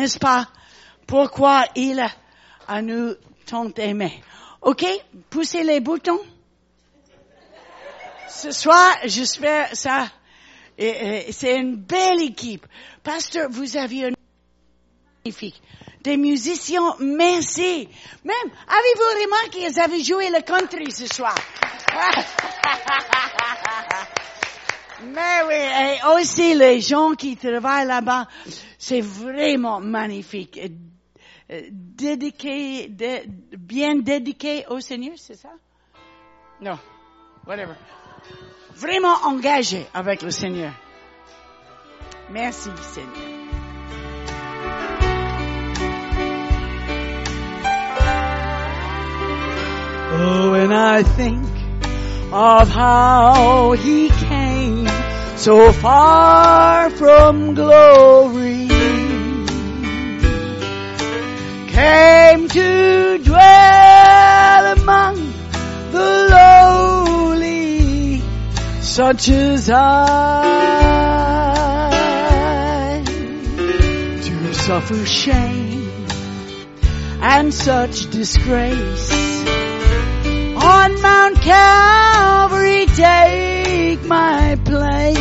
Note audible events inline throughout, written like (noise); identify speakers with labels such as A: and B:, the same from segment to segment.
A: N'est-ce pas? Pourquoi il a nous tant aimé? OK? Poussez les boutons. Ce soir, j'espère ça. et- et C'est une belle équipe. Pasteur, vous aviez une magnifique. Des musiciens, merci. Même, avez-vous remarqué qu'ils avaient joué le country ce soir? Ah! Mais oui, et aussi les gens qui travaillent là-bas, c'est vraiment magnifique. Et, euh, Dédié, dé- bien dédié au Seigneur, c'est ça? Non, whatever. Vraiment engagé avec le Seigneur. Merci Seigneur. Oh, and I think of how he came so far from glory, came to dwell among the lowly, such as I, to suffer shame and such disgrace. On Mount Calvary, take my place.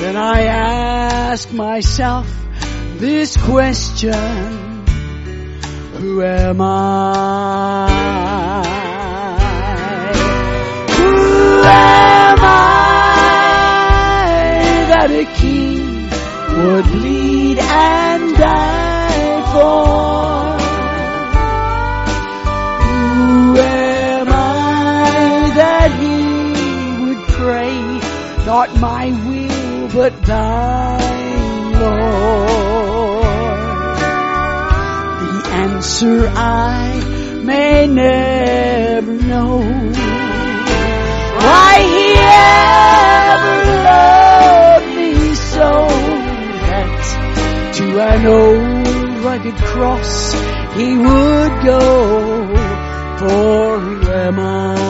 A: Then I ask myself this question Who am I? Who am I that a king would bleed and die for? Who am I that he would pray? Not my will, but thine, Lord. The answer I may never know. Why he ever loved me so that to an old rugged cross he would go for who am I?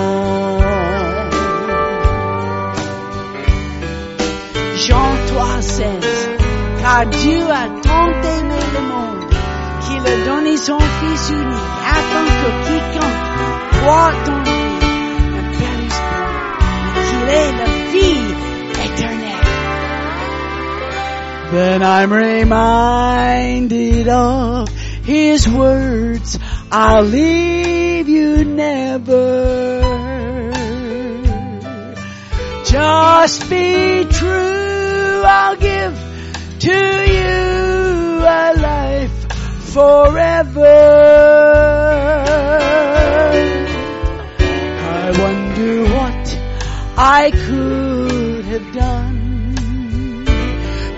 A: Jean 3, 16 Car Dieu a tant aimé le monde qu'il a donné son Fils unique afin que quiconque croit en lui ne périsse point, mais qu'il ait la vie éternelle. Then I'm reminded of his words, I'll leave you never. Just be true, I'll give to you a life forever. I wonder what I could have done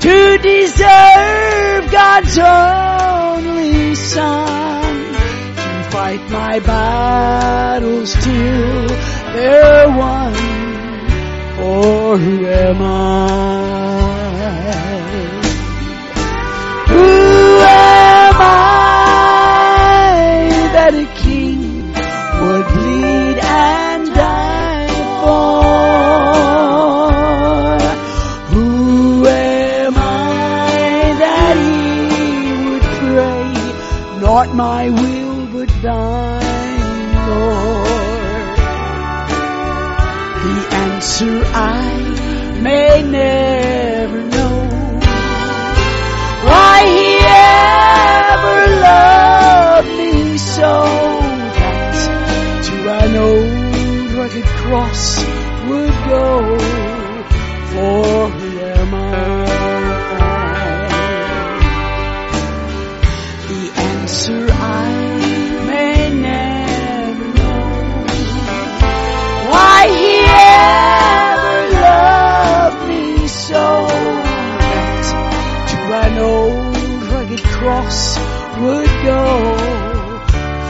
A: to deserve God's only Son to fight my battles till they're won. Or who am I? Who am I that a king would bleed and die for? Who am I that he would pray, not my will but thine, Lord? The answer I may never know why he ever loved me so that to an old rugged cross would go for who am I? The answer I may never know why he ever loved me so that to an old rugged cross would go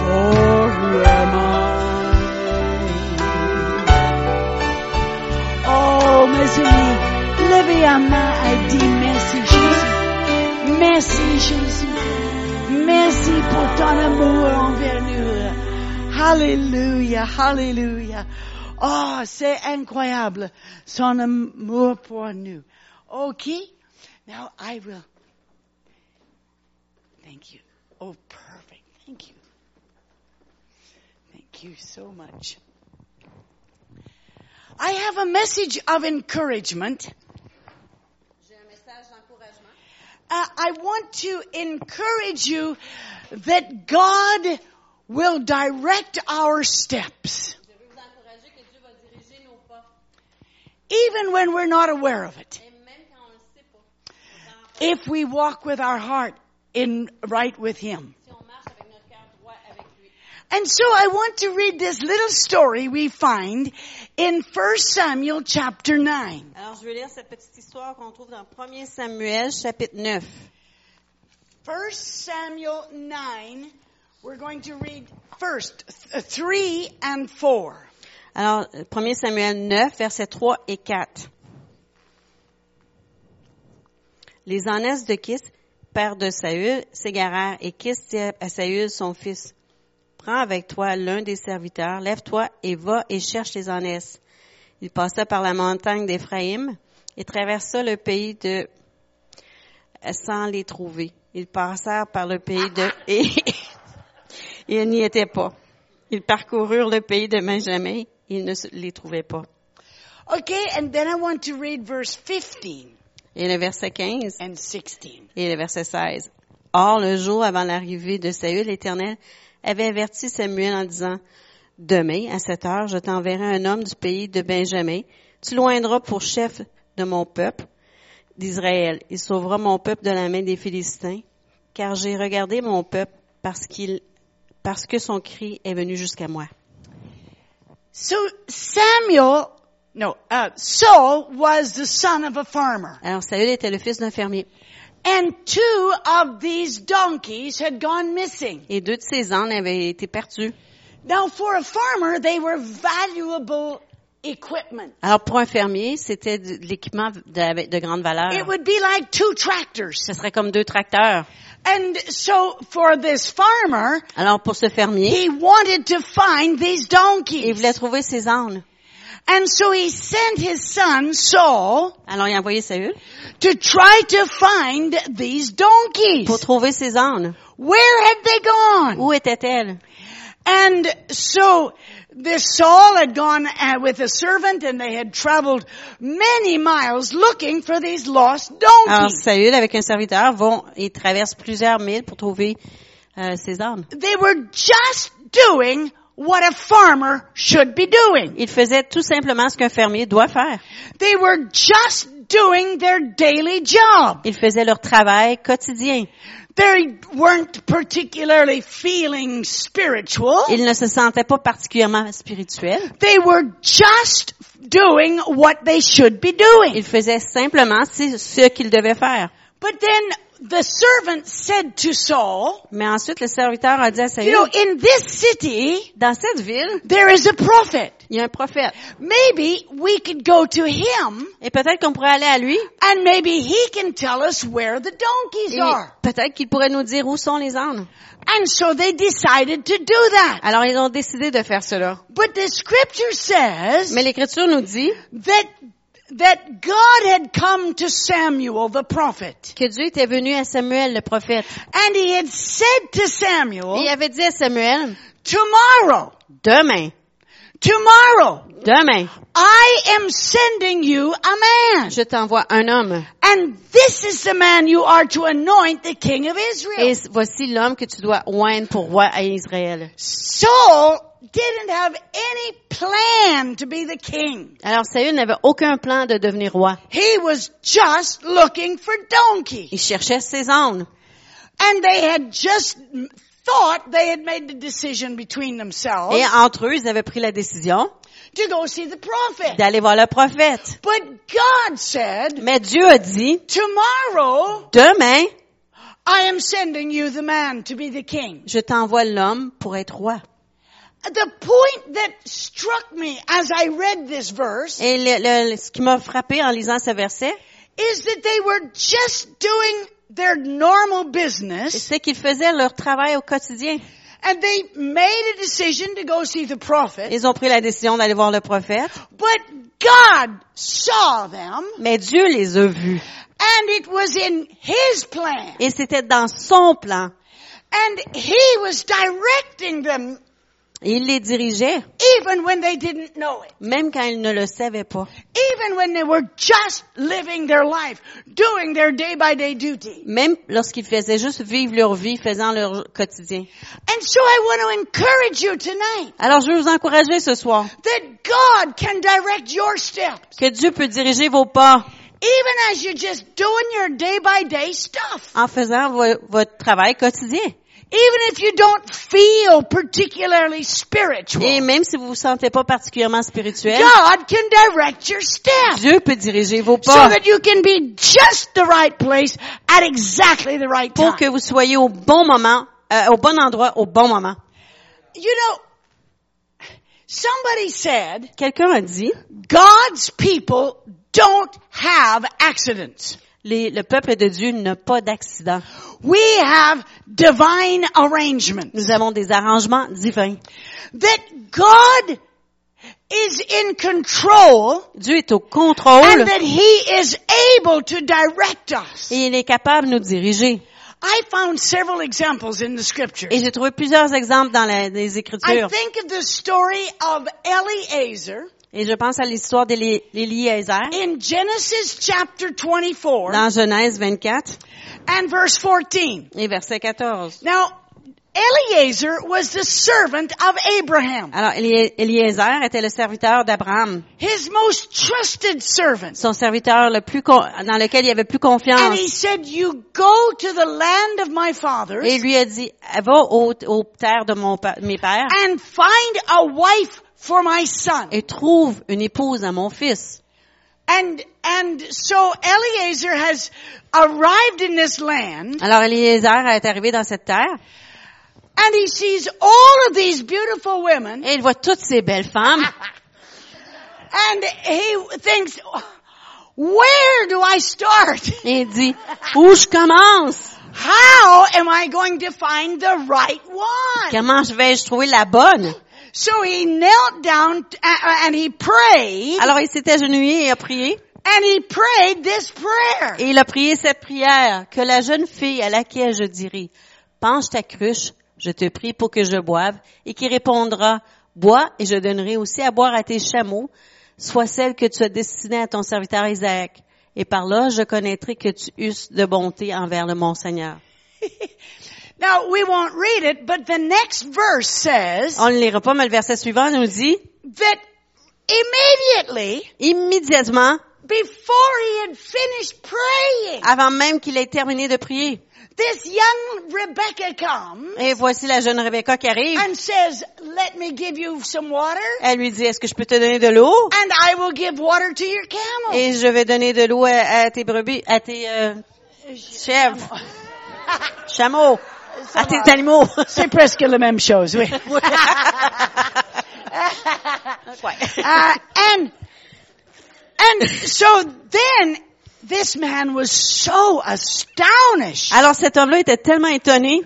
A: for who am I? Oh, mes amis, levez la main et dis merci Jésus. Merci Jésus. Merci pour ton amour envers nous. Alléluia, Alléluia. Oh, c'est incroyable son amour pour nous. OK? Now I will Thank you. Oh, perfect. Thank you. Thank you so much. I have a message of encouragement.
B: J'ai un message d'encouragement.
A: Uh, I want to encourage you that God will direct our steps,
B: Je veux vous encourager que Dieu va diriger nos pas,
A: even when we're not aware of it,
B: et même quand on ne le sait pas. Dans-
A: if we walk with our heart in right with Him.
B: si on marche avec notre cœur droit avec lui.
A: And so I want to read this little story we find in 1 Samuel chapter 9.
B: Alors, je vais lire cette petite histoire qu'on trouve dans 1 Samuel, chapitre 9.
A: 1 Samuel 9, we're going to read first th- 3 and 4.
B: Alors, 1 Samuel 9, versets 3 et 4. Les ânesses de Kis, père de Saül, s'égarèrent et Kis dit à Saül, son fils, Prends avec toi l'un des serviteurs, lève-toi et va et cherche les ânesses. Il passa par la montagne d'Éphraïm et traversa le pays de sans les trouver. Ils passèrent par le pays de et (laughs) ils n'y étaient pas. Ils parcoururent le pays de Benjamin, ils ne se- les trouvaient pas.
A: Okay, and then I want to read verse 15
B: Et le verset 15
A: and 16.
B: et le verset 16. Or, le jour avant l'arrivée de Saül, l'Éternel avait averti Samuel en disant, Demain, à cette heure, je t'enverrai un homme du pays de Benjamin. Tu loindras pour chef de mon peuple d'Israël. Il sauvera mon peuple de la main des Philistins, car j'ai regardé mon peuple parce qu'il, parce que son cri est venu jusqu'à moi.
A: So Samuel, no, uh, Saul was the son of a farmer.
B: Alors, Saül était le fils d'un fermier.
A: And two of these donkeys had gone missing.
B: Et deux de ses ânes avaient été perdus.
A: Now for a farmer, they were valuable equipment.
B: Alors, pour un fermier, c'était de de l'équipement de, avec de grande valeur.
A: It would be like two tractors.
B: Ce serait comme deux tracteurs.
A: And so for this farmer,
B: Alors, pour ce fermier,
A: he wanted to find these
B: il
A: donkeys.
B: voulait trouver ses ânes.
A: And so he sent his son, Saul,
B: Alors, il a envoyé Saül
A: to try to find these donkeys.
B: pour trouver ses ânes.
A: Where had they gone?
B: Où étaient-elles?
A: And so this Saul had gone uh, with a servant and they had traveled many miles looking for these lost
B: Alors,
A: donkeys.
B: Saül, avec un serviteur, vont et traversent plusieurs milles pour trouver euh, ses ânes.
A: They were just doing what a farmer should be doing.
B: Ils faisaient tout simplement ce qu'un fermier doit faire.
A: They were just doing their daily job.
B: Ils faisaient leur travail quotidien.
A: They weren't particularly feeling spiritual.
B: Ils ne se sentaient pas particulièrement spirituels.
A: They were just doing what they should be doing.
B: Ils faisaient simplement c'est ce qu'ils devaient faire.
A: But then the servant said to Saul,
B: Mais ensuite, le serviteur a dit à
A: You
B: Saül,
A: know, in this city,
B: dans cette ville,
A: there is a prophet.
B: il y a un prophète.
A: Maybe we could go to him
B: Et peut-être qu'on pourrait aller à lui.
A: and maybe he can tell us where the donkeys
B: Et
A: are.
B: peut-être qu'il pourrait nous dire où sont les ânes.
A: And so they decided to do that.
B: Alors, ils ont décidé de faire cela.
A: But the scripture says
B: Mais l'Écriture nous dit
A: that, that God had come to Samuel the prophet
B: que Dieu était venu à Samuel, le prophète.
A: and he had said to
B: Et il
A: Samuel,
B: avait dit à Samuel,
A: tomorrow,
B: demain,
A: tomorrow,
B: demain,
A: I am sending you a man.
B: je t'envoie un homme.
A: And this is the man you are to anoint the king of
B: Et
A: Israel.
B: voici l'homme que tu dois oindre pour roi à Israël.
A: Saul didn't have any plan to be the king.
B: Alors, Saül n'avait aucun plan de devenir roi.
A: He was just looking for
B: Il
A: donkeys.
B: cherchait ses ânes.
A: And they had just thought they had made the decision between themselves
B: Et entre eux, ils avaient pris la décision
A: to go see the prophet.
B: d'aller voir le prophète.
A: But God said,
B: Mais Dieu a dit,
A: tomorrow
B: demain,
A: I am sending you the man to be the king.
B: je t'envoie l'homme pour être roi.
A: The point that struck me as I read this verse
B: Et le- le- ce qui m'a frappé en lisant ce verset,
A: is that they were just doing their normal business
B: c'est qu'ils faisaient leur travail au quotidien.
A: and they made a decision to go see the prophet.
B: Ils ont pris la décision d'aller voir le prophète,
A: But God saw them
B: mais Dieu les a vus.
A: and it was in His plan
B: Et c'était dans son plan
A: And he was directing them
B: Et il les dirigeait,
A: even when they didn't know it.
B: même quand ils ne le savaient pas,
A: Even when they were just living their life, doing their day by day duty.
B: même lorsqu'ils faisaient juste vivre leur vie, faisant leur quotidien.
A: And so I want to encourage you tonight
B: Alors je veux vous encourager ce soir
A: that God can direct your steps,
B: que Dieu peut diriger vos pas
A: even as you're just doing your day by day stuff.
B: en faisant vo- votre travail quotidien.
A: Even if you don't feel particularly spiritual,
B: Et même si vous vous sentez pas particulièrement spirituel,
A: God can direct your steps
B: Dieu peut diriger vos
A: so
B: pas
A: that you can be just the right place at exactly the right
B: pour
A: time.
B: que vous soyez au bon moment, euh, au bon endroit, au bon moment.
A: You know, somebody said
B: Quelqu'un a dit,
A: God's people don't have accidents.
B: les- le peuple de Dieu n'a pas d'accident.
A: We have divine arrangements.
B: Nous avons des arrangements divins.
A: That God is in control
B: Dieu est au contrôle
A: and that He is able to direct us.
B: et il est capable de nous diriger.
A: I found several examples in the scripture.
B: Et j'ai trouvé plusieurs exemples dans la- les
A: I
B: Écritures.
A: think of the story of Eliezer
B: Et je pense à l'histoire d'Éliézer
A: in Genesis chapter 24
B: dans Genèse 24
A: and verse 14.
B: et verset 14.
A: Now, Eliezer was the servant of Abraham,
B: Alors, Élie- Éliézer était le serviteur d'Abraham,
A: his most trusted servant.
B: son serviteur le plus con- dans lequel il avait plus
A: And
B: confiance.
A: he said, you go to the land of my fathers
B: Et lui a dit, va aux au terres de mon, pa- mes pères
A: and find a wife for my son.
B: et trouve une épouse à mon fils.
A: And, and so Eliezer has arrived in this land
B: Alors, Éliézer est arrivé dans cette terre
A: and he sees all of these beautiful women
B: et il voit toutes ces belles femmes
A: and he thinks, where do I start?
B: et il dit, où je commence?
A: How am I going to find the right one?
B: Comment je vais-je trouver la bonne?
A: So he knelt down t- a- a- and he prayed,
B: Alors, il s'est agenouillé et a prié.
A: and he prayed this prayer.
B: Et il a prié cette prière, que la jeune fille à laquelle je dirai, penche ta cruche, je te prie pour que je boive, et qui répondra, bois, et je donnerai aussi à boire à tes chameaux, soit celle que tu as destinée à ton serviteur Isaac. Et par là, je connaîtrai que tu eusses de bonté envers le mon Seigneur.
A: (laughs) Now we won't read it, but the next verse says
B: On ne lira pas, mais le verset suivant nous dit,
A: that immediately
B: immédiatement,
A: before he had finished praying,
B: avant même qu'il ait terminé de prier,
A: this young Rebecca comes
B: et voici la jeune Rebecca qui arrive.
A: and says, let me give you some water
B: Elle lui dit, est-ce que je peux te donner de l'eau?
A: and I will give water to your camel. (laughs)
B: Et je vais donner de l'eau à, à tes brebis, à tes euh, chèvres, chameaux, à tes animaux.
A: C'est presque la même chose, oui.
B: Ah.
A: Uh, and and so then this man was so astonished.
B: Alors cet homme-là était tellement étonné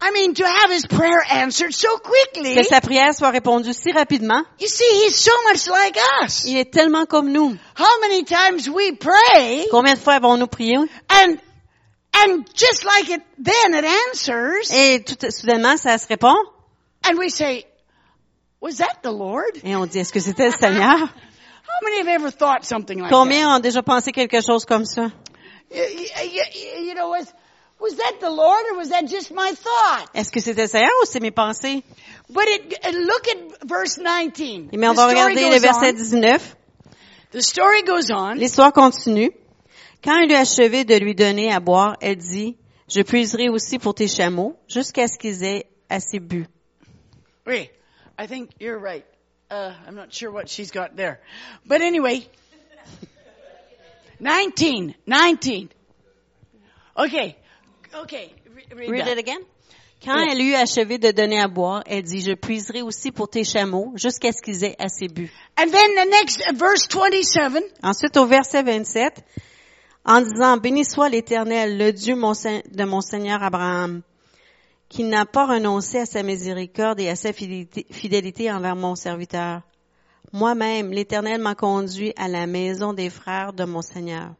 A: I mean, to have his prayer answered so quickly.
B: que sa prière soit répondue si rapidement.
A: You see, he's so much like us.
B: Il est tellement comme nous.
A: How many times we pray
B: Combien de fois avons-nous prié?
A: and and just like it, then it answers,
B: Et tout soudainement, ça se répond.
A: and we say, "Was that the Lord?"
B: Et on dit, est-ce que c'était le Seigneur?
A: How many have ever thought something like that?
B: Combien ont déjà pensé quelque chose comme ça?
A: You, you, you- you know, was was that the Lord or was that just my thought?
B: Est-ce que c'était le Seigneur ou c'est mes pensées?
A: But it, uh, look at verse 19.
B: Mais on
A: The
B: va
A: story
B: regarder le
A: goes
B: verset
A: on.
B: 19.
A: The story goes on.
B: L'histoire continue. Quand elle eut achevé de lui donner à boire, elle dit, je puiserai aussi pour tes chameaux jusqu'à ce qu'ils aient assez bu.
A: Wait, I think you're right. Uh, I'm not sure what she's got there. But anyway, (laughs) 19, 19. Okay, okay. re- Read, that.
B: again. Quand elle eut achevé de donner à boire, elle dit, je puiserai aussi pour tes chameaux jusqu'à ce qu'ils aient assez bu.
A: And then the next, uh, verse 27,
B: Ensuite, au verset 27, en disant, béni soit l'éternel, le Dieu mon Sein- de mon Seigneur Abraham, qui n'a pas renoncé à sa miséricorde et à sa fidélité, fidélité envers mon serviteur. Moi-même, l'éternel m'a conduit à la maison des frères de mon Seigneur.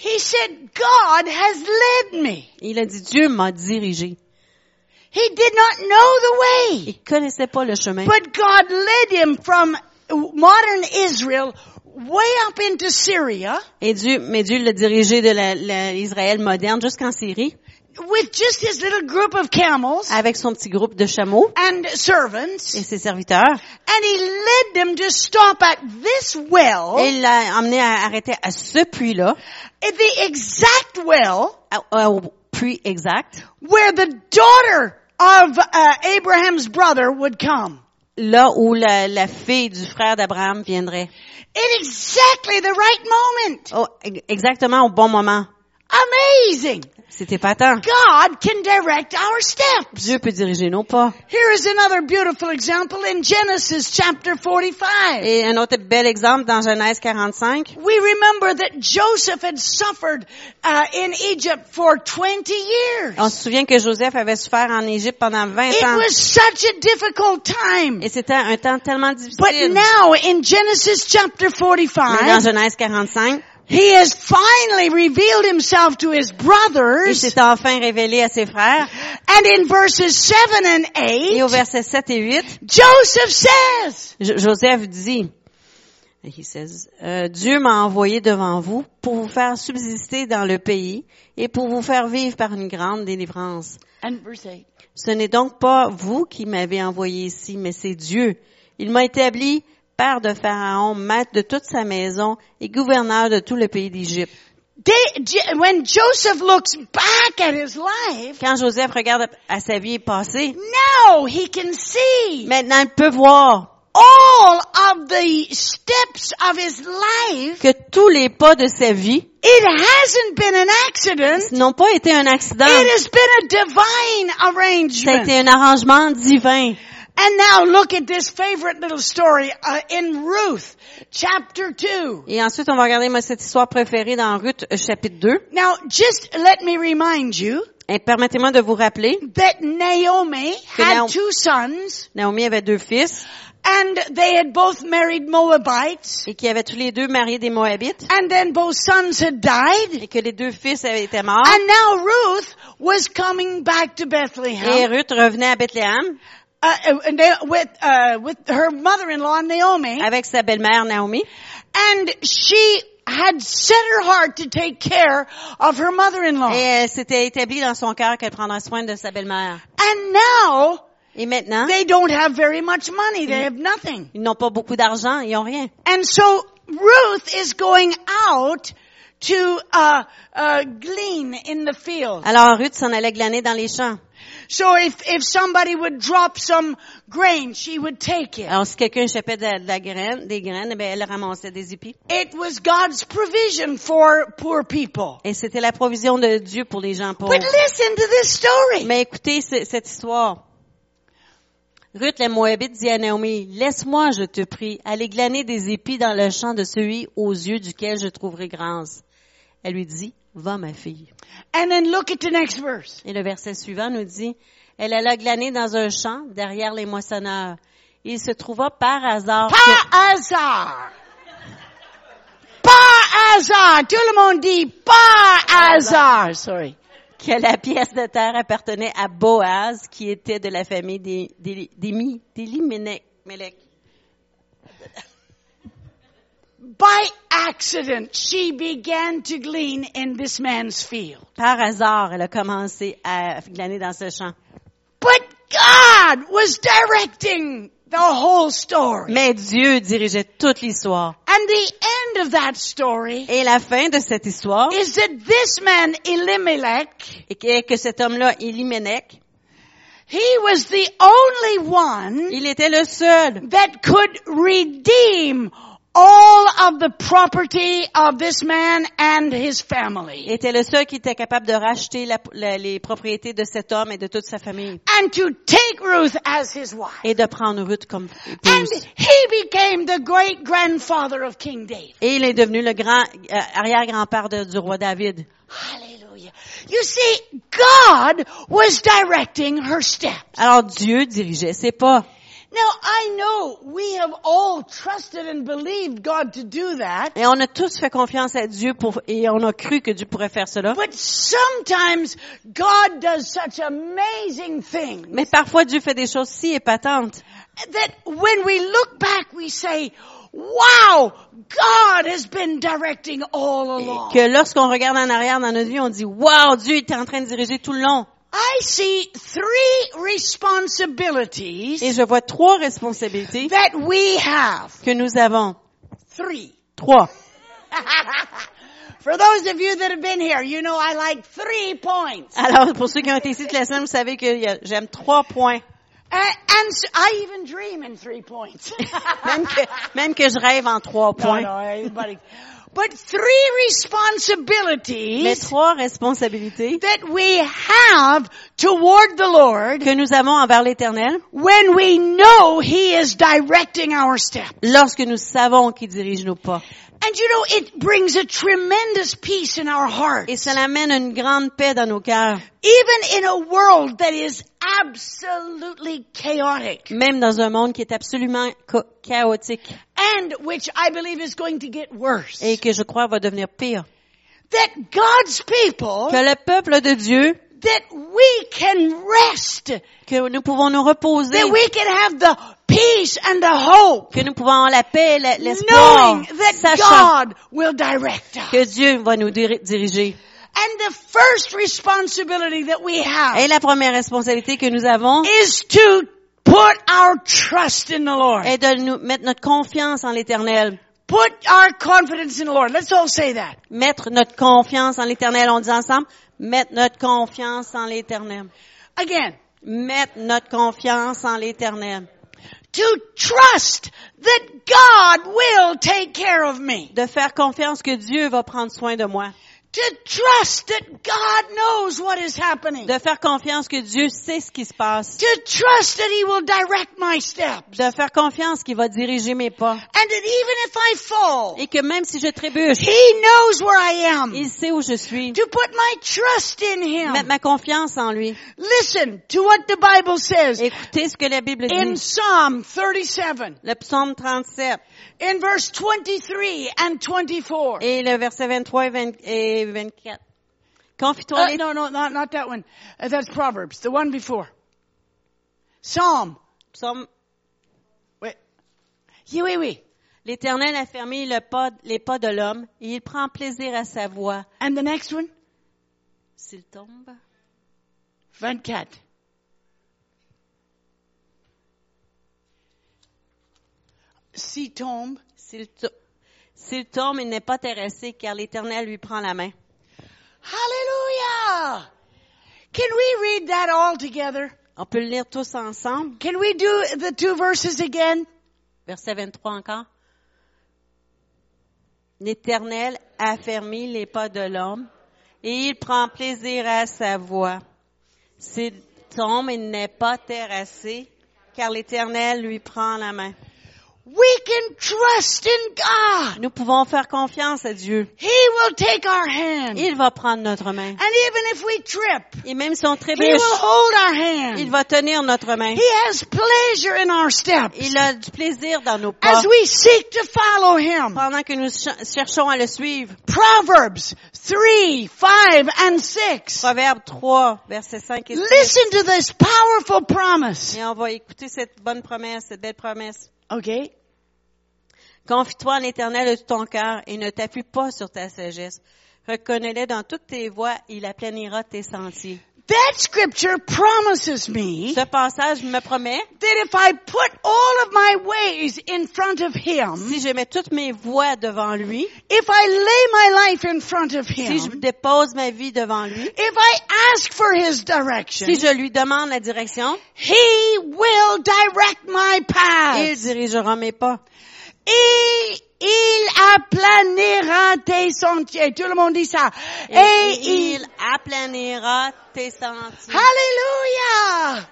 A: He said, God has led me.
B: Il a dit, Dieu m'a dirigé.
A: He did not know the way,
B: Il connaissait pas le chemin.
A: but God led him from modern Israel way up into Syria
B: Et Dieu, mais Dieu l'a dirigé de la- la- l'Israël moderne jusqu'en Syrie
A: with just his little group of camels
B: avec son petit groupe de chameaux
A: and servants.
B: et ses serviteurs.
A: And he led them to stop at this well,
B: Et il l'a emmené à arrêter à ce puits-là,
A: at the exact well
B: à- au puits exact,
A: where the daughter of uh, Abraham's brother would come.
B: là où la, la fille du frère d'Abraham viendrait.
A: At exactly the right moment.
B: Oh, e- exactement au bon moment.
A: Amazing.
B: C'était pas tant.
A: God can direct our steps.
B: Dieu peut diriger nos pas.
A: Here is another beautiful example in Genesis chapter 45.
B: Et un autre bel exemple dans Genèse 45.
A: We remember that Joseph had suffered uh, in Egypt for 20 years.
B: On se souvient que Joseph avait souffert en Égypte pendant 20
A: It
B: ans.
A: was such a difficult time.
B: Et c'était un temps tellement
A: But
B: difficile.
A: now in Genesis chapter
B: Mais
A: 45,
B: dans Genèse 45,
A: he has finally revealed himself to his
B: il
A: brothers.
B: s'est enfin révélé à ses frères.
A: And in verses 7 and
B: Et au
A: 8,
B: verset 7 et 8,
A: Joseph says,
B: Jo- Joseph dit, he says, euh, Dieu m'a envoyé devant vous pour vous faire subsister dans le pays et pour vous faire vivre par une grande délivrance.
A: and verse 8,
B: Ce n'est donc pas vous qui m'avez envoyé ici, mais c'est Dieu. Il m'a établi père de Pharaon, maître de toute sa maison et gouverneur de tout le pays d'Égypte.
A: They- J- when Joseph looks back at his life,
B: Quand Joseph regarde à sa vie passée,
A: now he can see
B: maintenant il peut voir
A: all of the steps of his life.
B: que tous les pas de sa vie
A: It hasn't been an accident.
B: n'ont pas été un accident.
A: It has been a divine
B: Ça a
A: arrangement.
B: été un arrangement divin.
A: And now look at this favorite little story uh, in Ruth chapter 2.
B: Et ensuite, on va regarder moi, cette histoire préférée dans Ruth euh, chapitre 2.
A: Now just let me remind you
B: Et permettez-moi de vous rappeler,
A: that Naomi
B: Now-
A: had two sons
B: Naomi avait deux fils
A: and they had both married Moabites
B: et qui avaient tous les deux marié des Moabites
A: and then both sons had died.
B: et que les deux fils avaient été morts.
A: And now Ruth was coming back to
B: Et
A: Bethlehem
B: Ruth revenait à Bethléem
A: uh, uh, and they- with uh, with her mother-in-law Naomi,
B: avec sa belle-mère Naomi.
A: and she had set her heart to take care of her mother-in-law.
B: Et elle s'était établie dans son cœur qu'elle prendrait soin de sa belle-mère.
A: And now
B: Et maintenant,
A: they don't have very much money. They have nothing.
B: ils n'ont pas beaucoup d'argent, ils n'ont rien.
A: And so Ruth is going out to uh, uh, glean in the field.
B: Alors Ruth s'en allait glaner dans les champs.
A: So if if somebody would drop some grain, she would take it.
B: Alors si quelqu'un échappait de la, de la graine, des graines, eh bien, elle ramassait des épis.
A: It was God's provision for poor people.
B: Et c'était la provision de Dieu pour les gens pauvres.
A: But listen to this story.
B: Mais écoutez ce- cette histoire. Ruth la Moabite dit à Naomi, laisse-moi, je te prie, aller glaner des épis dans le champ de celui aux yeux duquel je trouverai grâce. Elle lui dit, va ma fille.
A: And then look at the next verse.
B: Et le verset suivant nous dit, elle alla glaner dans un champ derrière les moissonneurs. Il se trouva par hasard. que-
A: Par-hasard. Par-hasard. Tout le monde dit par-hasard. Sorry.
B: que la pièce de terre appartenait à Boaz, qui était de la famille des, des, des, Mi- des Limelec- Melec.
A: By accident, she began to glean in this man's field.
B: Par hasard, elle a commencé à glaner dans ce champ.
A: But God was directing the whole story.
B: Mais Dieu dirigeait toute l'histoire.
A: And the end of that story
B: Et la fin de cette histoire
A: is that this man, Elimelech,
B: est que, que cet homme-là, Elimelech,
A: he was the only one
B: il était le seul
A: that could redeem all of the property of this man and his
B: il
A: family.
B: était le seul qui était capable de racheter la- la- les propriétés de cet homme et de toute sa famille
A: And to take Ruth as his wife.
B: et de prendre Ruth comme
A: And
B: épouse.
A: he became the great grandfather of King David.
B: Et il est devenu le grand euh, arrière-grand-père de- du roi David.
A: Hallelujah. You see, God was directing her steps.
B: Alors Dieu dirigeait ses pas.
A: Now I know we have all trusted and believed God to do that,
B: Et on a tous fait confiance à Dieu pour, et on a cru que Dieu pourrait faire cela.
A: but sometimes God does such amazing things
B: Mais parfois, Dieu fait des choses si épatantes
A: that when we look back we say, wow, God has been directing all along.
B: que lorsqu'on regarde en arrière dans notre vie, on dit, wow, Dieu était en train de diriger tout le long.
A: I see three
B: Et
A: responsibilities
B: je vois trois responsabilités
A: that we have.
B: que nous avons.
A: Three. (laughs)
B: Trois.
A: For those of you that have been here, you know I like three points.
B: Alors, pour ceux qui ont été ici toute la semaine, vous savez que il y a- j'aime trois points. (laughs)
A: Uh, and s I I even dream in three points. (laughs)
B: Même que, même que je rêve en trois
A: no,
B: points.
A: no, anybody. But three
B: Mais
A: responsibilities
B: trois responsabilités
A: that we have toward the Lord
B: que nous avons envers l'Éternel
A: when we know He is directing our step.
B: lorsque nous savons qu'il dirige nos pas.
A: And you know, it brings a tremendous peace in our heart.
B: Et cela amène une grande paix dans nos cœurs,
A: Even in a world that is absolutely chaotic
B: même dans un monde qui est absolument cha- chaotique
A: and which I believe is going to get worse.
B: et que je crois va devenir pire.
A: That God's people,
B: Que le peuple de Dieu,
A: that we can rest,
B: que nous pouvons nous reposer,
A: that we can have the peace and the hope
B: que nous pouvons avoir la paix, la- l'espoir,
A: knowing that
B: sachant
A: God will direct us.
B: que Dieu va nous diri- diriger.
A: And the first responsibility that we
B: Et
A: have
B: la première responsabilité que nous avons
A: is to put our trust in the Lord.
B: est de nous mettre notre confiance en l'Éternel.
A: Put our confidence in the Lord. Let's all say that.
B: Mettre notre confiance en l'Éternel, on dit ensemble, mettre notre confiance en l'Éternel.
A: Again,
B: Mettre notre confiance en l'Éternel.
A: to trust that God will take care of me.
B: De faire confiance que Dieu va prendre soin de moi.
A: To trust that God knows what is happening.
B: De faire confiance que Dieu sait ce qui se passe.
A: To trust that He will direct my steps.
B: De faire confiance qu'il va diriger mes pas.
A: And that even if I fall,
B: Et que même si je trébuche,
A: He knows where I am.
B: il sait où je suis.
A: To put my trust in
B: Mettre
A: Him.
B: ma confiance en lui.
A: Listen to what the Bible says
B: Écoutez ce que la Bible
A: in
B: dit.
A: Psalm 37,
B: Le psaume 37
A: in verse 23 and Uh, 24.
B: et le verset 23 et, 20 et 24. Confie-toi
A: Uh,
B: à l'Éternel.
A: no, no, not, not that one. Uh, that's Proverbs, the one before. Psalm.
B: Psaume,
A: Wait. Yeah, wait, wait.
B: L'Éternel a fermé le pas- les pas de l'homme et il prend plaisir à sa voix.
A: And the next one?
B: S'il tombe.
A: 24. Si tombe.
B: S'il to- s'il tombe, il n'est pas terrassé car l'Éternel lui prend la main.
A: Hallelujah! Can we read that all together?
B: On peut le lire tous ensemble.
A: Can we do the two verses again?
B: Verset 23 encore. L'Éternel a fermé les pas de l'homme et il prend plaisir à sa voix. S'il tombe, il n'est pas terrassé, car l'Éternel lui prend la main.
A: We can trust in God.
B: Nous pouvons faire confiance à Dieu.
A: He will take our hand.
B: Il va prendre notre main.
A: And even if we trip,
B: Et même si on
A: He
B: trébuche,
A: will hold our
B: il
A: hand.
B: va tenir notre main.
A: He has pleasure in our steps
B: Il a du plaisir dans nos pas
A: as we seek to follow Him.
B: pendant que nous ch- cherchons à le suivre.
A: Proverbs 3, 5, and 6.
B: Proverbe 3, verset 5 et 6.
A: Listen to this powerful promise.
B: Et on va écouter cette bonne promesse, cette belle promesse.
A: Okay?
B: Confie-toi en l'Éternel de tout ton cœur et ne t'appuie pas sur ta sagesse. Reconnais-le dans toutes tes voies, il aplanira tes sentiers.
A: That scripture promises me
B: Ce passage me promet,
A: that if I put all of my ways in front of Him,
B: si je mets toutes mes voies devant lui,
A: if I lay my life in front of
B: si je
A: Him,
B: dépose ma vie devant lui,
A: if I ask for His
B: si
A: direction,
B: je lui demande la direction,
A: He will direct my
B: il
A: path.
B: dirigera mes pas.
A: Et il aplanira tes sentiers. Tout le monde dit ça. Et, il
B: aplanira tes sentiers.
A: Hallelujah!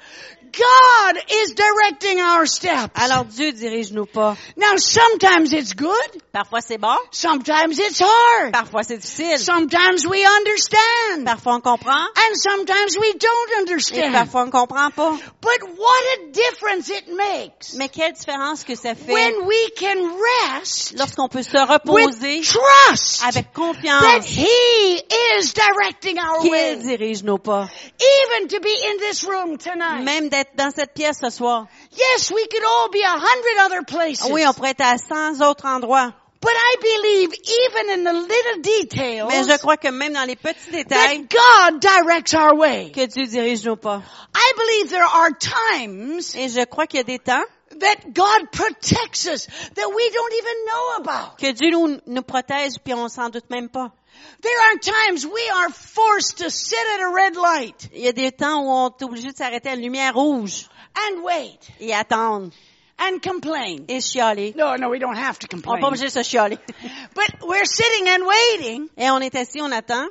A: God is directing our steps.
B: Alors Dieu dirige-nous pas.
A: Now sometimes it's good,
B: Parfois c'est bon,
A: sometimes it's hard,
B: parfois c'est difficile,
A: sometimes we understand,
B: parfois on comprend
A: and sometimes we don't
B: et
A: understand.
B: parfois on comprend pas.
A: But what a difference it makes
B: Mais quelle différence que ça fait
A: when we can rest
B: lorsqu'on peut se
A: with
B: reposer
A: trust
B: avec confiance
A: that He is directing our
B: qu'il
A: way.
B: dirige nos pas.
A: Even to be in this room tonight.
B: Même d'être dans cette pièce ce soir.
A: Yes, we could all be a hundred other places.
B: Oui, on pourrait être à 100 autres endroits.
A: But I believe even in the little
B: Mais
A: details
B: je crois que même dans les petits détails,
A: that God directs our way.
B: que Dieu dirige nos pas.
A: I believe there are times
B: Et je crois qu'il y a des temps
A: that God protects us that we don't even know about.
B: que Dieu nous, nous protège puis on s'en doute même pas.
A: There are times we are forced to sit at a red light
B: Il y a des temps où on est obligé de s'arrêter à la lumière rouge
A: and wait
B: et attendre
A: and complain.
B: et chialer.
A: No, no, we don't have to
B: On n'est pas
A: complain.
B: obligé de se chialer.
A: But we're sitting and waiting
B: Et on est assis, on attend.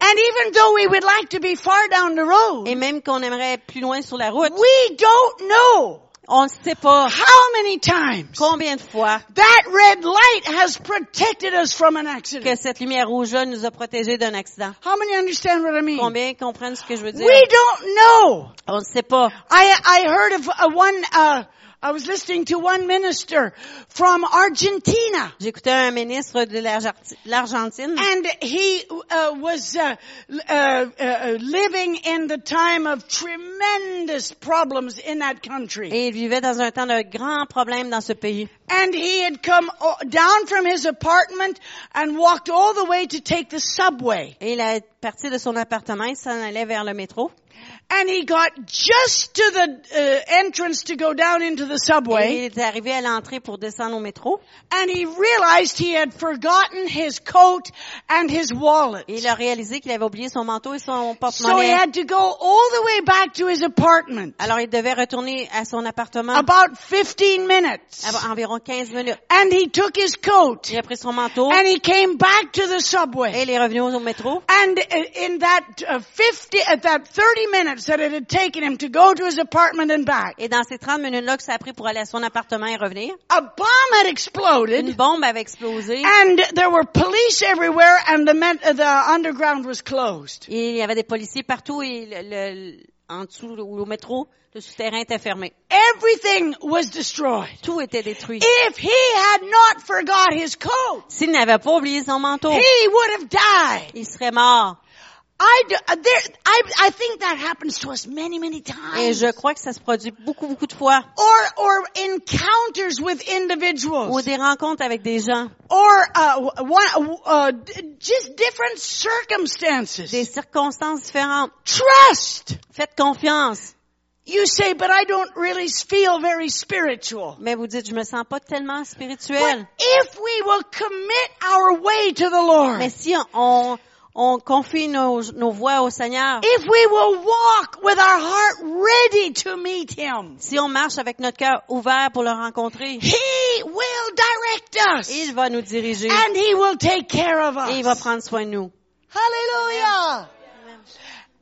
A: and even though we would like to be far down the
B: Et
A: road,
B: même qu'on aimerait être plus loin sur la route,
A: we don't know
B: on ne sait pas
A: how many times
B: combien de fois
A: That red light has protected us from an
B: que
A: accident.
B: cette lumière rouge-là nous a protégés d'un accident.
A: How many understand what I mean?
B: Combien comprennent ce que je veux dire?
A: We don't know.
B: On ne sait pas.
A: I I heard of a one. Uh, I was listening to one minister from Argentina,
B: J'écoutais un ministre de l'Argenti- l'Argentine
A: and he uh, was uh, l- uh, uh, living in the time of tremendous problems in that country.
B: et il vivait dans un temps de grands problèmes dans ce pays.
A: And he had come o- down from his apartment and walked all the way to take the subway.
B: Et il est parti de son appartement, il s'en allait vers le métro.
A: and he got just to the uh, entrance to go down into the
B: Et il
A: subway
B: est arrivé à l'entrée pour descendre au métro.
A: and he realized he had forgotten his coat and his wallet.
B: Et il a réalisé qu'il avait oublié son manteau et son
A: So he
B: porte-monnaie.
A: had to go all the way back to his apartment.
B: Alors il devait retourner à son appartement
A: About 15 minutes.
B: av- environ 15 minutes.
A: And he took his coat
B: Il a pris son manteau
A: and he came back to the
B: et
A: subway.
B: il est revenu au métro.
A: And uh, in that uh, 50, at that 30 minutes that it had taken him to go to his apartment and back,
B: Et dans ces 30 minutes-là que ça a pris pour aller à son appartement et revenir,
A: a bomb had exploded
B: une bombe avait explosé.
A: And there were police everywhere and the, men, uh, the underground was closed.
B: Et il y avait des policiers partout et le- le- en dessous ou au métro, le souterrain était fermé.
A: Everything was destroyed.
B: Tout était détruit.
A: If he had not forgot his coat,
B: S'il n'avait pas oublié son manteau,
A: he would have died.
B: il serait mort.
A: I, d- uh, there, I, I think that happens to us many, many
B: Et
A: times.
B: je crois que ça se produit beaucoup, beaucoup de fois.
A: Or, or encounters with
B: Ou
A: individuals.
B: des rencontres avec des gens,
A: Or, uh, one, uh, d- just different
B: des
A: circumstances.
B: circonstances différentes.
A: Trust!
B: Faites confiance.
A: You say, but I don't really feel very spiritual.
B: Mais vous dites, je me sens pas tellement spirituel.
A: But if we will commit our way to the Lord,
B: Mais si on, on confie nos, nos voies au Seigneur,
A: if we will walk with our heart ready to meet Him,
B: si on marche avec notre cœur ouvert pour le rencontrer,
A: He will direct us
B: il va nous diriger
A: and He will take care of
B: et il va
A: us.
B: prendre soin de nous.
A: Hallelujah.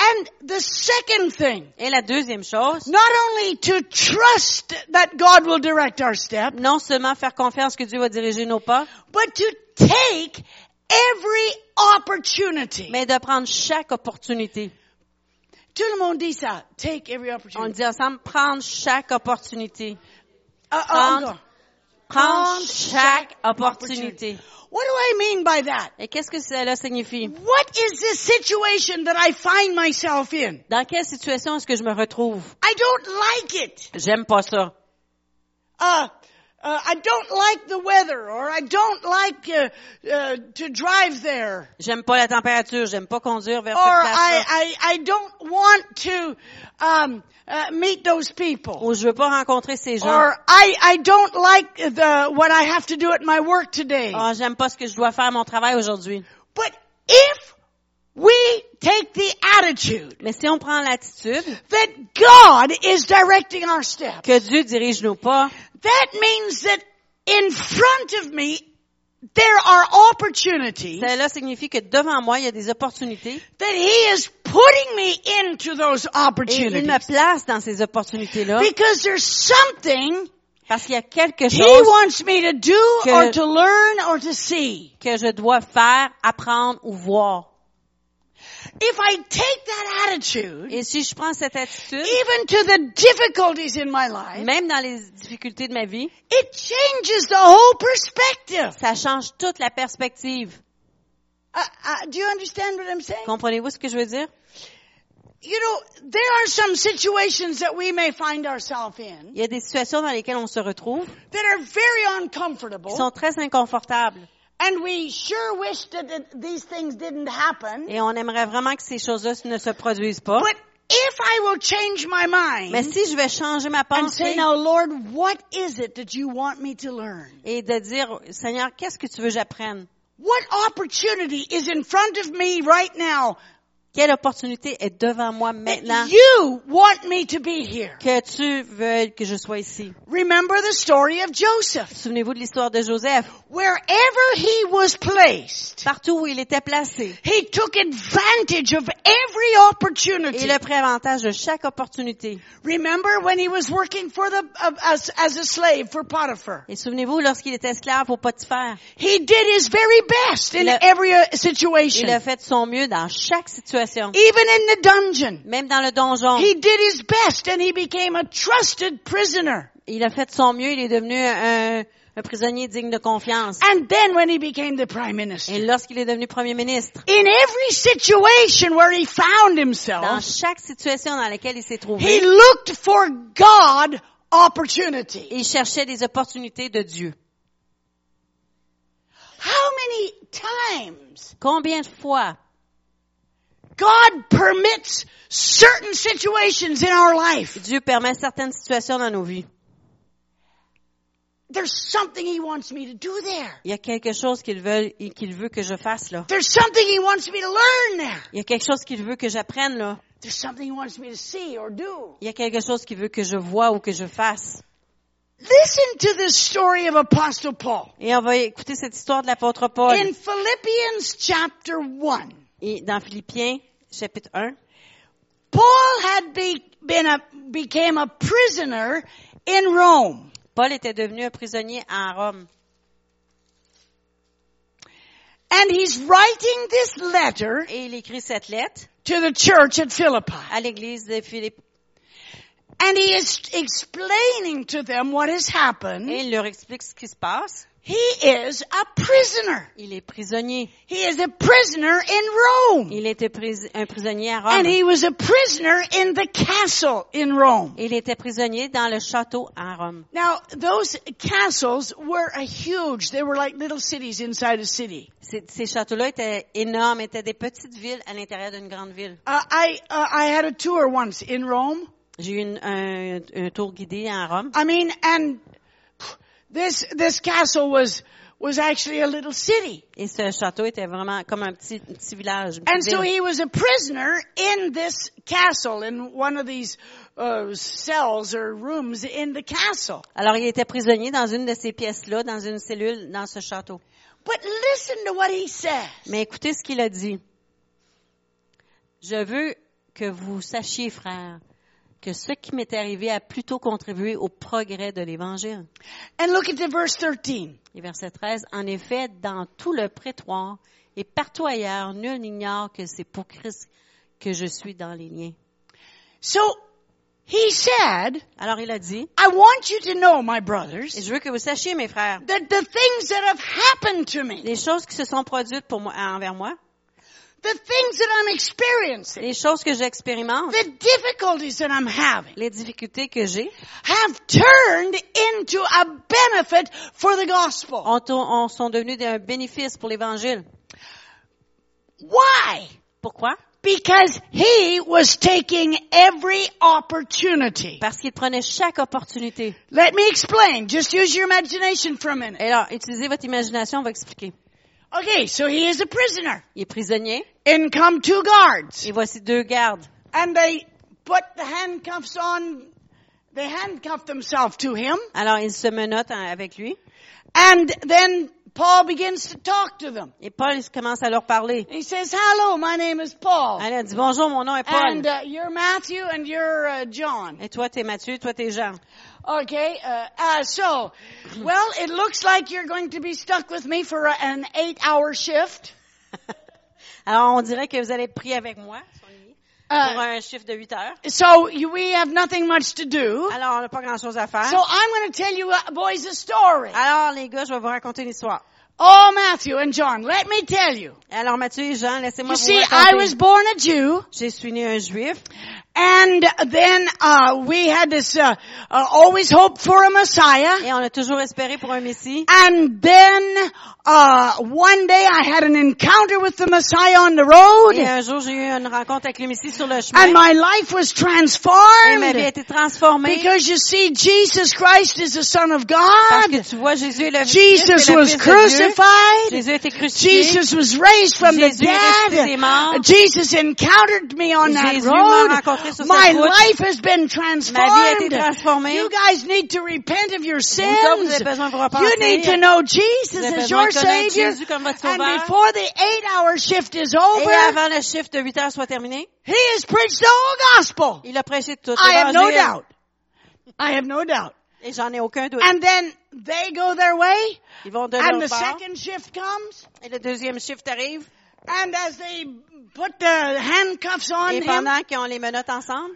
A: And the second thing,
B: Et la deuxième chose,
A: not only to trust that God will direct our step,
B: non seulement faire confiance que Dieu va diriger nos pas,
A: but to take every opportunity.
B: mais de prendre chaque opportunité.
A: Tout le monde dit ça. Take every
B: On
A: opportunity.
B: dit ensemble, prendre chaque opportunité.
A: Uh, uh,
B: prendre- Prendre chaque opportunité.
A: What do I mean by that?
B: Et qu'est-ce que cela signifie?
A: What is this situation that I find myself in?
B: Dans quelle situation est-ce que je me retrouve?
A: I don't like it.
B: J'aime pas ça.
A: Uh, uh, I don't like the weather, or I don't like uh, uh, to drive there,
B: J'aime pas la température. J'aime pas conduire vers
A: or
B: cette place-là.
A: I, I, I don't want to um, uh, meet those people,
B: Ou je veux pas rencontrer ces gens.
A: or I, I don't like the what I have to do at my work today.
B: Ah, j'aime pas ce que je dois faire à mon travail aujourd'hui.
A: But if we take the attitude
B: Mais si on prend l'attitude
A: that God is directing our steps.
B: que Dieu dirige nos pas,
A: That means that in front of me there are opportunities
B: Cela signifie que devant moi, il y a des opportunités
A: that He is putting me into those
B: et il
A: opportunities.
B: me place dans ces opportunités-là
A: Because there's something
B: parce qu'il y a quelque
A: He
B: chose
A: wants me to do
B: que-
A: or to learn or to see.
B: que je dois faire, apprendre ou voir.
A: If I take that attitude,
B: Et si je prends cette attitude,
A: even to the difficulties in my life,
B: même dans les difficultés de ma vie,
A: it changes the whole perspective.
B: ça change toute la perspective.
A: Uh, uh, do you understand what I'm saying?
B: Comprenez-vous ce que je veux dire?
A: You know, there are some situations that we may find ourselves in
B: Il y a des situations dans lesquelles on se retrouve
A: that are very
B: qui
A: uncomfortable,
B: sont très inconfortables
A: and we sure wish that it- these things didn't happen.
B: et on aimerait vraiment que ces choses-là ne se produisent pas.
A: But if I will change my
B: Mais
A: mind
B: si je vais changer ma
A: and say,
B: pensée
A: now Lord, what is it that you want me to learn?
B: et de dire, Seigneur, qu'est-ce que tu veux que j'apprenne?
A: What opportunity is in front of me right now
B: Quelle opportunité est devant moi maintenant
A: that you want me to be here?
B: que tu veux que je sois ici?
A: Remember the story of Joseph.
B: Souvenez-vous de l'histoire de Joseph.
A: Wherever he was placed,
B: Partout où il était placé,
A: He took advantage of every
B: il
A: opportunity.
B: a pris avantage de chaque opportunité.
A: Remember when he was working for the uh, as, as a slave for Potiphar?
B: Et souvenez-vous, lorsqu'il était esclave au Potiphar,
A: He did his very best in
B: Il a-
A: every uh,
B: il
A: situation,
B: a fait de son mieux dans chaque situation,
A: even in the dungeon.
B: même dans le donjon.
A: He did his best and he became a trusted prisoner.
B: Il a fait de son mieux, il est devenu un, un prisonnier digne de confiance.
A: And then when he became the prime
B: Et
A: minister,
B: lorsqu'il est devenu premier ministre,
A: in every situation where he found
B: dans
A: himself,
B: chaque situation dans laquelle il s'est
A: he
B: trouvé,
A: looked for God opportunity.
B: il cherchait des opportunités de Dieu.
A: How many times
B: Combien de fois
A: God permits certain situations in our life.
B: Dieu permet certaines situations dans nos vies?
A: There's something He wants me to do there.
B: Il y a quelque chose qu'il veut, qu'il veut que je fasse là.
A: There's something He wants me to learn there.
B: Il y a quelque chose qu'il veut que j'apprenne là.
A: There's something He wants me to see or do.
B: Il y a quelque chose qu'il veut que je vois ou que je fasse.
A: Listen to this story of Apostle Paul
B: Et on va écouter cette histoire de l'apôtre Paul
A: in Philippians chapter 1.
B: Et dans Philippiens chapitre 1.
A: Paul had be, been a, became a prisoner in Rome.
B: Paul était devenu un prisonnier à Rome.
A: And he's writing this letter
B: Et il écrit cette lettre
A: to the church at Philippi.
B: à l'église de Philippe.
A: And he is explaining to them what has happened.
B: Et il leur explique ce qui se passe.
A: He is a prisoner.
B: Il est prisonnier.
A: He is a prisoner in Rome.
B: Il était pris- un prisonnier à Rome.
A: And he was a prisoner in the castle in Rome.
B: Il était prisonnier dans le château à Rome.
A: Now, those castles were a huge, they were like little cities inside a city.
B: Ces, ces châteaux-là étaient énormes, étaient des petites villes à l'intérieur d'une grande ville.
A: Uh, I, uh, I had a tour once in Rome.
B: J'ai eu une- un, un tour guidé à Rome.
A: I mean, and this, this castle was, was actually a little city.
B: Et ce château était vraiment comme un petit, un petit village. une petite
A: And so
B: ville.
A: he was a prisoner in this castle, in one of these uh, cells or rooms in the castle.
B: Alors, il était prisonnier dans une de ces pièces-là, dans une cellule, dans ce château.
A: But listen to what he says.
B: Mais écoutez ce qu'il a dit. Je veux que vous sachiez, frères, que ce qui m'est arrivé a plutôt contribué au progrès de l'Évangile.
A: And look at the verse 13.
B: Et verset 13, en effet, dans tout le prétoire et partout ailleurs, nul n'ignore que c'est pour Christ que je suis dans les liens.
A: So he said,
B: Alors il a dit,
A: I want you to know, my
B: et
A: brothers,
B: je veux que vous sachiez, mes frères,
A: that the things that have happened to me,
B: les choses qui se sont produites pour moi, envers moi,
A: the things that I'm experiencing,
B: les choses que j'expérimente,
A: the difficulties that I'm having,
B: les difficultés que j'ai,
A: have turned into a benefit for the gospel.
B: ont, ont- sont devenues d'un bénéfice pour l'Évangile.
A: Why?
B: Pourquoi?
A: Because he was taking every opportunity.
B: Parce qu'il prenait chaque opportunité.
A: Let me explain. Just use your imagination for a
B: Et
A: minute.
B: alors, utilisez votre imagination, on va expliquer.
A: Okay, so he is a prisoner.
B: Il est prisonnier,
A: In come two guards.
B: et voici deux gardes.
A: And they put the handcuffs on, they handcuffed themselves to him,
B: Alors, ils se menottent hein, avec lui,
A: and then Paul begins to talk to them.
B: Et Paul il commence à leur parler.
A: He says, hello, my name is Paul.
B: Elle a dit, bonjour, mon nom est Paul.
A: And uh, you're Matthew and you're uh, John.
B: Et toi, t'es Mathieu, toi, t'es Jean. (laughs)
A: Okay, uh, uh, so, well, it looks like you're going to be stuck with me for a, an eight hour shift.
B: Alors, on dirait que vous allez être pris avec moi pour
A: Uh,
B: un chiffre de 8 heures.
A: so you, we have nothing much to do.
B: Alors, on n'a pas grand-chose à faire.
A: So I'm going to tell you uh, boys a story.
B: Alors, les gars, je vais vous raconter une histoire.
A: Oh, Matthew and John, let me tell you.
B: Alors, Mathieu et Jean, laissez-moi
A: You
B: vous
A: see, I was
B: raconter.
A: born a Jew,
B: Je suis né un juif.
A: and then uh, we had this uh, uh, always hope for a Messiah.
B: Et on a toujours espéré pour un Messie.
A: Ah, And then uh, one day I had an encounter with the Messiah on the road,
B: Et un jour, j'ai eu une rencontre avec le Messie sur le chemin.
A: and my life was
B: Et ma vie a
A: transformed.
B: été transformée.
A: Because you see, Jesus Christ is the Son of
B: Parce que
A: God.
B: tu vois, Jésus est le Christ est le
A: Jesus was
B: Fils de Dieu.
A: crucified.
B: Jésus a été crucifié.
A: Jesus was raised from the
B: Jésus est ressuscité des morts.
A: dead. Jesus encountered me on that
B: Jésus m'a rencontré sur
A: road.
B: cette
A: My
B: route.
A: life has been transformed.
B: transformée.
A: You guys need to repent of your sins.
B: autres, vous avez besoin de vous
A: You
B: repentir.
A: need to know Jesus
B: Vous avez
A: as
B: besoin
A: your
B: de connaître
A: Savior.
B: Jésus comme votre
A: And
B: Sauveur.
A: before the eight-hour shift is
B: Et
A: over,
B: avant le chiffre de 8 heures soit terminé,
A: he has preached the whole gospel.
B: il a prêché tout
A: I have no
B: l'évangile.
A: doubt. I have no doubt.
B: Et j'en ai aucun doute.
A: And then they go their way,
B: Ils vont de
A: and
B: leur
A: the
B: part.
A: second shift comes,
B: Et le deuxième shift arrive.
A: and as they put the handcuffs on
B: Et
A: him,
B: pendant qu'ils ont les menottes ensemble,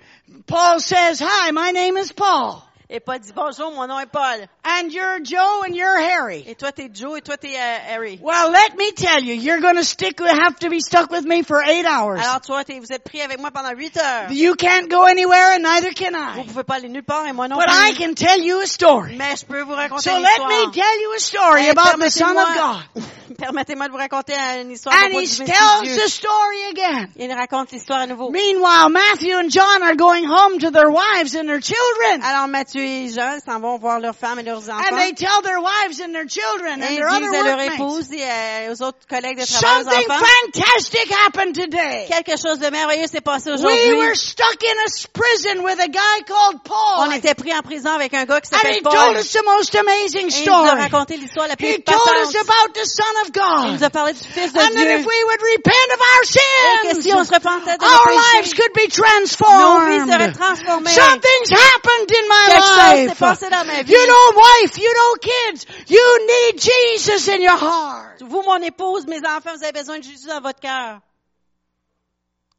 A: Paul says, Hi, my name is Paul.
B: et Paul dit bonjour, mon nom est Paul.
A: And you're Joe and you're Harry.
B: Et toi, t'es Joe et toi, t'es euh, Harry.
A: Well, let me tell you, you're gonna stick, have to be stuck with me for eight hours.
B: Alors toi, t'es- vous êtes pris avec moi pendant 8 heures.
A: You can't go anywhere and neither can
B: Vous
A: I.
B: pouvez pas aller nulle part et moi non
A: But I
B: plus.
A: can tell you a story.
B: Mais je peux vous raconter
A: So
B: une
A: let
B: histoire.
A: me tell you a story
B: Eh,
A: about the Son of
B: permettez-moi
A: God.
B: (laughs) permettez-moi de vous raconter euh, une histoire à
A: And
B: propos
A: he
B: du Messie
A: tells
B: Dieu.
A: the story again.
B: Il raconte l'histoire à nouveau.
A: Meanwhile, Matthew and John are going home to their wives and their children.
B: Alors Matthieu et Jean s'en vont voir leurs femmes et leurs enfants.
A: And they tell their wives and their children
B: et
A: and
B: ils
A: their other
B: disent à leur
A: workmates.
B: épouse et euh, aux autres collègues de travail,
A: Something
B: aux enfants,
A: fantastic happened today.
B: quelque chose de merveilleux s'est passé
A: We
B: aujourd'hui.
A: were stuck in a s- prison with a guy called
B: On
A: Paul.
B: était pris en prison avec un gars qui
A: And he
B: s'appelle
A: told
B: Paul.
A: us the most amazing
B: Et il nous a
A: story.
B: raconté l'histoire la plus
A: He told us
B: patente.
A: about the Son of
B: Il
A: God.
B: nous a parlé du Fils de
A: And that
B: Dieu.
A: if we would repent of our
B: Et que si on se
A: sins,
B: repentait de
A: our
B: nos
A: lives
B: péchés,
A: could be
B: nos vies seraient
A: transformed.
B: transformées.
A: Something's happened in
B: Quelque chose
A: my
B: s'est
A: life.
B: passé dans ma vie.
A: You know, wife, you know, kids, you need Jesus in your heart.
B: Vous, mon épouse, mes enfants, vous avez besoin de Jésus dans votre cœur.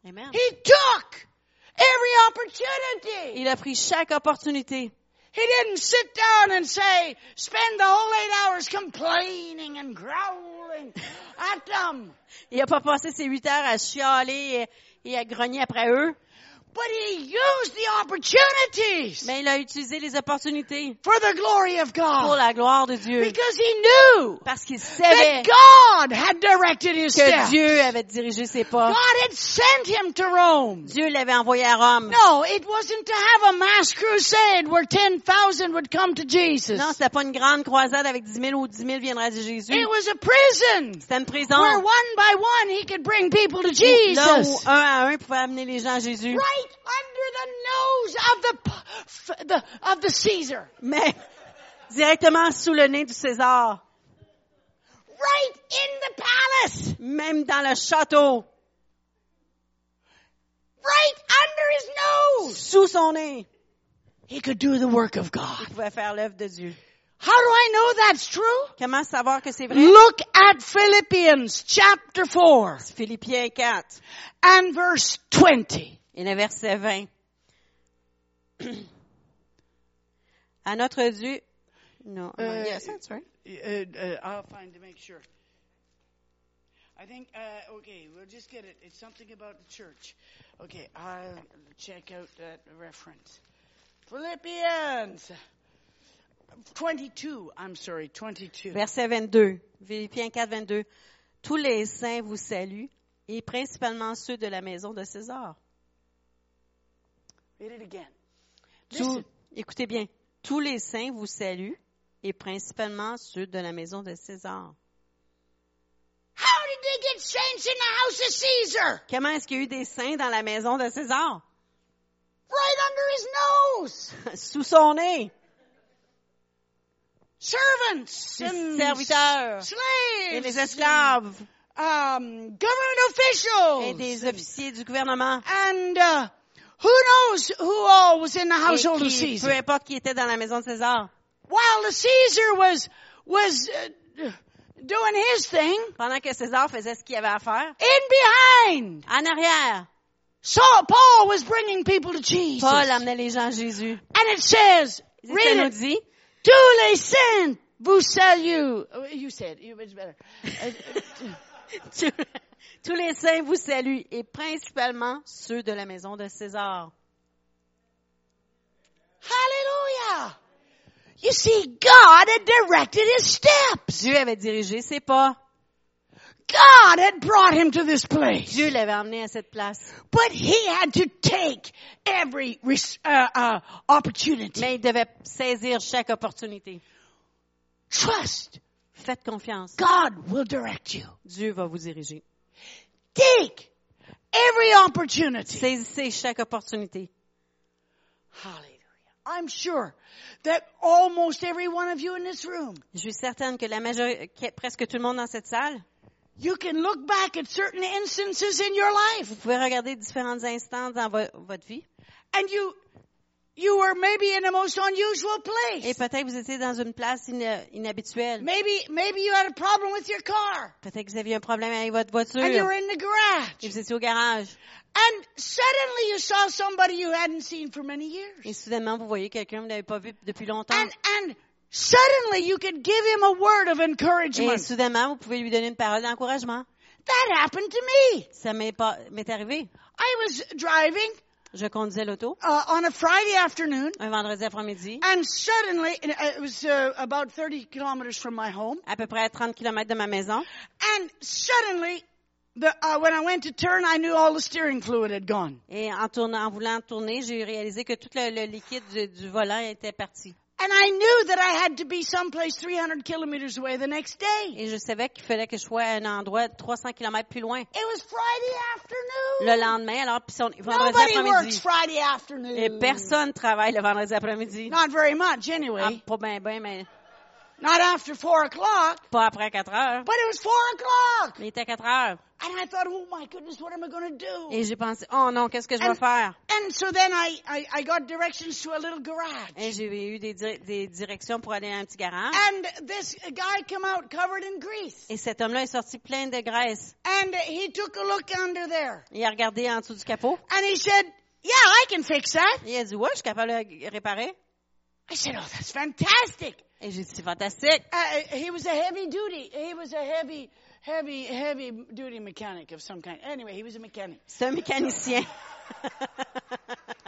B: Amen.
A: He took every opportunity.
B: Il a pris chaque opportunité.
A: He didn't sit down and say, spend the whole eight hours complaining and growling at them.
B: Il n'a pas passé ses huit heures à chialer et, et à grogner après eux,
A: But he used the opportunities
B: mais il a utilisé les opportunités
A: for the glory of
B: pour
A: Ah. God.
B: la gloire de Dieu.
A: Because he knew
B: Parce qu'il
A: that
B: savait
A: God had directed his
B: que
A: steps.
B: Dieu avait dirigé ses pas.
A: God had sent him to Rome.
B: Dieu l'avait envoyé à Rome.
A: No, it wasn't to have a mass crusade where 10,000 would come to Jesus.
B: Non, c'était pas une grande croisade avec 10 000 ou 10 000 viendraient de Jésus.
A: It was a prison
B: C'était une prison
A: where one by one he could bring people to
B: là où
A: Jesus.
B: un à un pouvait amener les gens à Jésus.
A: Right under the nose of the, p- f- the of the Caesar.
B: Mais directement sous le nez du César,
A: Right in the palace.
B: même dans le château,
A: Right under his nose.
B: sous son nez,
A: He could do the work of God.
B: il pouvait faire l'œuvre de Dieu.
A: How do I know that's true?
B: Comment savoir que c'est vrai?
A: Look at Philippians chapter 4
B: Philippiens 4
A: and verse 20.
B: et le verset 20. (clears throat) À notre Dieu, non, non,
A: Euh,
B: yes, that's right.
A: Uh, uh, I'll find to make sure. I think, uh, okay, we'll just get it. It's something about the church. Okay, I'll check out that reference. Philippians 22, I'm sorry, 22.
B: Verset 22, Philippiens 4, 22. Tous les saints vous saluent, et principalement ceux de la maison de César.
A: Read it again.
B: Tous-
A: Listen.
B: écoutez bien. Tous les saints vous saluent, et principalement ceux de la maison de César.
A: How did they get saints in the house of Caesar?
B: Comment est-ce qu'il y a eu des saints dans la maison de César? (laughs)
A: Right under his nose.
B: Sous son nez.
A: servants and
B: les serviteurs
A: slaves
B: et les esclaves
A: um, government
B: et
A: officials
B: des officiers du gouvernement.
A: and uh, who knows who all was in the
B: Et
A: household of
B: qui- peu
A: Caesar.
B: importe qui était dans la maison de César.
A: While the Caesar was was uh, doing his thing,
B: Pendant que César faisait ce qu'il avait à faire,
A: in behind,
B: en arrière,
A: Saul Paul was bringing people to Jesus.
B: Paul um, amenait les gens à Jésus.
A: And it says,
B: Et
A: read
B: Ça nous
A: it,
B: dit,
A: tous les saints vous saluent. Oh, You said, you it's better. Uh,
B: tous tous les saints vous saluent, et principalement ceux de la maison de César.
A: Hallelujah! You see, God had directed his steps.
B: Dieu avait dirigé ses pas.
A: God had brought him to this place.
B: Dieu l'avait emmené à cette place.
A: But he had to take every res- uh, uh, opportunity.
B: Mais il devait saisir chaque opportunité.
A: Trust.
B: Faites confiance.
A: God will direct you.
B: Dieu va vous diriger.
A: Take every opportunity.
B: Saisissez chaque opportunité.
A: Hallelujah. I'm sure that almost every one of you in this room,
B: Je suis certaine que la majorité, que presque tout le monde dans cette salle,
A: you can look back at certain instances in your life
B: vous pouvez regarder différents instants dans vo- votre vie.
A: and you, you were maybe in the most unusual place.
B: Et peut-être vous étiez dans une place ina- inhabituelle.
A: Maybe, maybe you had a problem with your car
B: Peut-être que vous aviez un problème avec votre
A: and you
B: voiture.
A: were in the
B: Et
A: garage.
B: vous étiez au garage.
A: And suddenly you saw somebody you hadn't seen for many years.
B: Et soudainement, vous voyez quelqu'un que vous n'avez pas vu depuis longtemps.
A: And, and suddenly you could give him a word of
B: Et
A: encouragement.
B: soudainement, vous pouvez lui donner une parole d'encouragement.
A: That happened to me.
B: Ça m'est pas, m'est arrivé.
A: I was driving
B: Je conduisais l'auto
A: uh, on a Friday afternoon
B: un vendredi après-midi,
A: and suddenly, and it was uh, about 30 kilometers from my home,
B: à peu près à 30 km de ma maison.
A: and suddenly the, uh, when I went to turn, I knew all the steering fluid had gone.
B: Et en tournant, en voulant tourner, j'ai réalisé que tout le, le liquide du, du volant était parti.
A: And I knew that I had to be someplace 300 kilometers away the next day.
B: Et je savais qu'il fallait que je sois à un endroit 300 km plus loin.
A: It was Friday
B: Le
A: afternoon.
B: lendemain, alors, puis son- vendredi
A: Nobody works
B: après-midi.
A: Friday
B: Et
A: afternoon.
B: personne travaille le vendredi après-midi.
A: Not very much
B: Ah,
A: anyway.
B: pas bien, bien, mais
A: Not after four o'clock.
B: pas après 4 heures.
A: But it was four o'clock.
B: Il était 4 heures.
A: And I thought, oh my goodness, what am I going to do?
B: Et j'ai pensé, oh non, qu'est-ce que je
A: And-
B: vais faire?
A: And so then I, I, I got directions to a little garage.
B: Et j'ai eu des, dir- des directions pour aller à un petit garage.
A: And this guy came out covered in grease.
B: Et cet homme-là est sorti plein de graisse.
A: And he took a look under there.
B: Il a regardé en dessous du capot.
A: And he said, yeah, I can fix that.
B: Il a dit, ouais, je suis capable de réparer.
A: I said, oh, that's fantastic.
B: Et j'ai dit, c'est fantastique.
A: Uh, he was a heavy duty. He was a heavy, heavy, heavy duty mechanic of some kind. Anyway, he was a
B: (laughs)
A: mechanic.
B: C'est un mécanicien.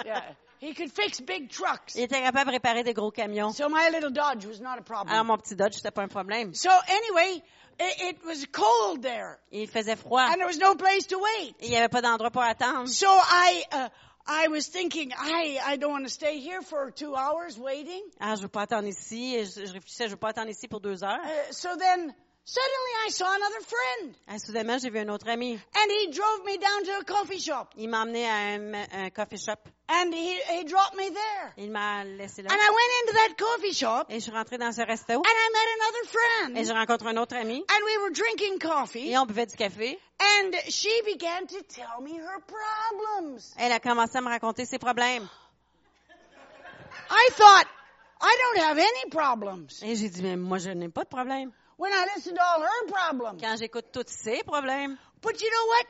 A: Yeah, he could fix big trucks.
B: Il était capable de réparer des gros camions.
A: So my little Dodge was not a
B: Alors,
A: problem.
B: mon petit Dodge, c'était pas un problème.
A: So anyway, it, it was cold there,
B: Il faisait froid.
A: and there was no place to wait.
B: Il n'y avait pas d'endroit pour attendre.
A: So I, uh, I was thinking, I, I don't want to stay here for two hours waiting.
B: Ah, je veux pas attendre ici. Et Je, je réfléchissais, je veux pas attendre ici pour deux heures.
A: Uh, so then suddenly I saw another friend,
B: Ah, soudainement, j'ai vu un autre ami.
A: and he drove me down to a coffee shop,
B: Il m'a emmené à un, un coffee shop.
A: and he, he dropped me there.
B: Il m'a laissé là.
A: And I went into that coffee shop
B: Et je suis rentrée dans ce resto.
A: and I met another
B: Et
A: friend.
B: je rencontre un autre ami.
A: And we were drinking coffee
B: Et on buvait du café.
A: and she began to tell me her problems.
B: Elle a commencé à me raconter ses problèmes.
A: I thought, I don't have any problems.
B: Et j'ai dit, mais moi, je n'ai pas de problème.
A: When I listened to all her problems.
B: Quand j'écoute tous ses problèmes.
A: But you know what?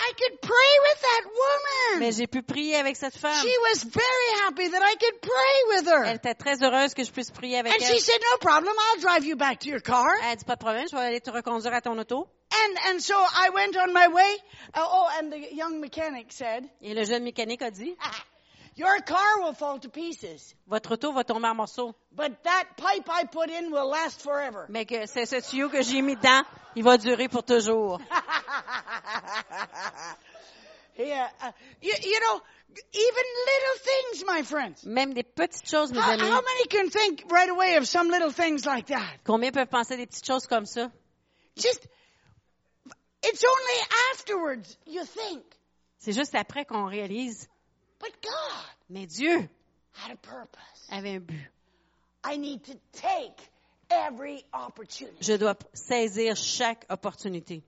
A: I could pray with that
B: Mais
A: woman.
B: j'ai pu prier avec cette femme.
A: She was very happy that I could pray with
B: Elle
A: her.
B: était très heureuse que je puisse prier avec
A: And
B: elle.
A: she said, no problem, I'll drive you back to your car.
B: Elle dit, pas de problème, je vais aller te reconduire à ton auto.
A: And, and so I went on my way. Uh, oh, and the young mechanic said,
B: Et le jeune mécanique a dit,
A: ah, your car will fall to pieces.
B: votre auto va tomber en morceaux.
A: But that pipe I put in will last forever.
B: Mais que c'est ce tuyau que j'ai mis dedans, il va durer pour toujours.
A: (laughs) yeah, uh, you, you know, even little things, my friends.
B: Même des petites choses, mes
A: How,
B: amis.
A: how many can think right away of some little things like that?
B: Combien peuvent penser des petites choses comme ça?
A: Just, it's only afterwards you think.
B: C'est juste après qu'on réalise.
A: But God
B: Mais Dieu
A: had a purpose.
B: avait un but.
A: I need to take every opportunity.
B: Je dois saisir chaque opportunité.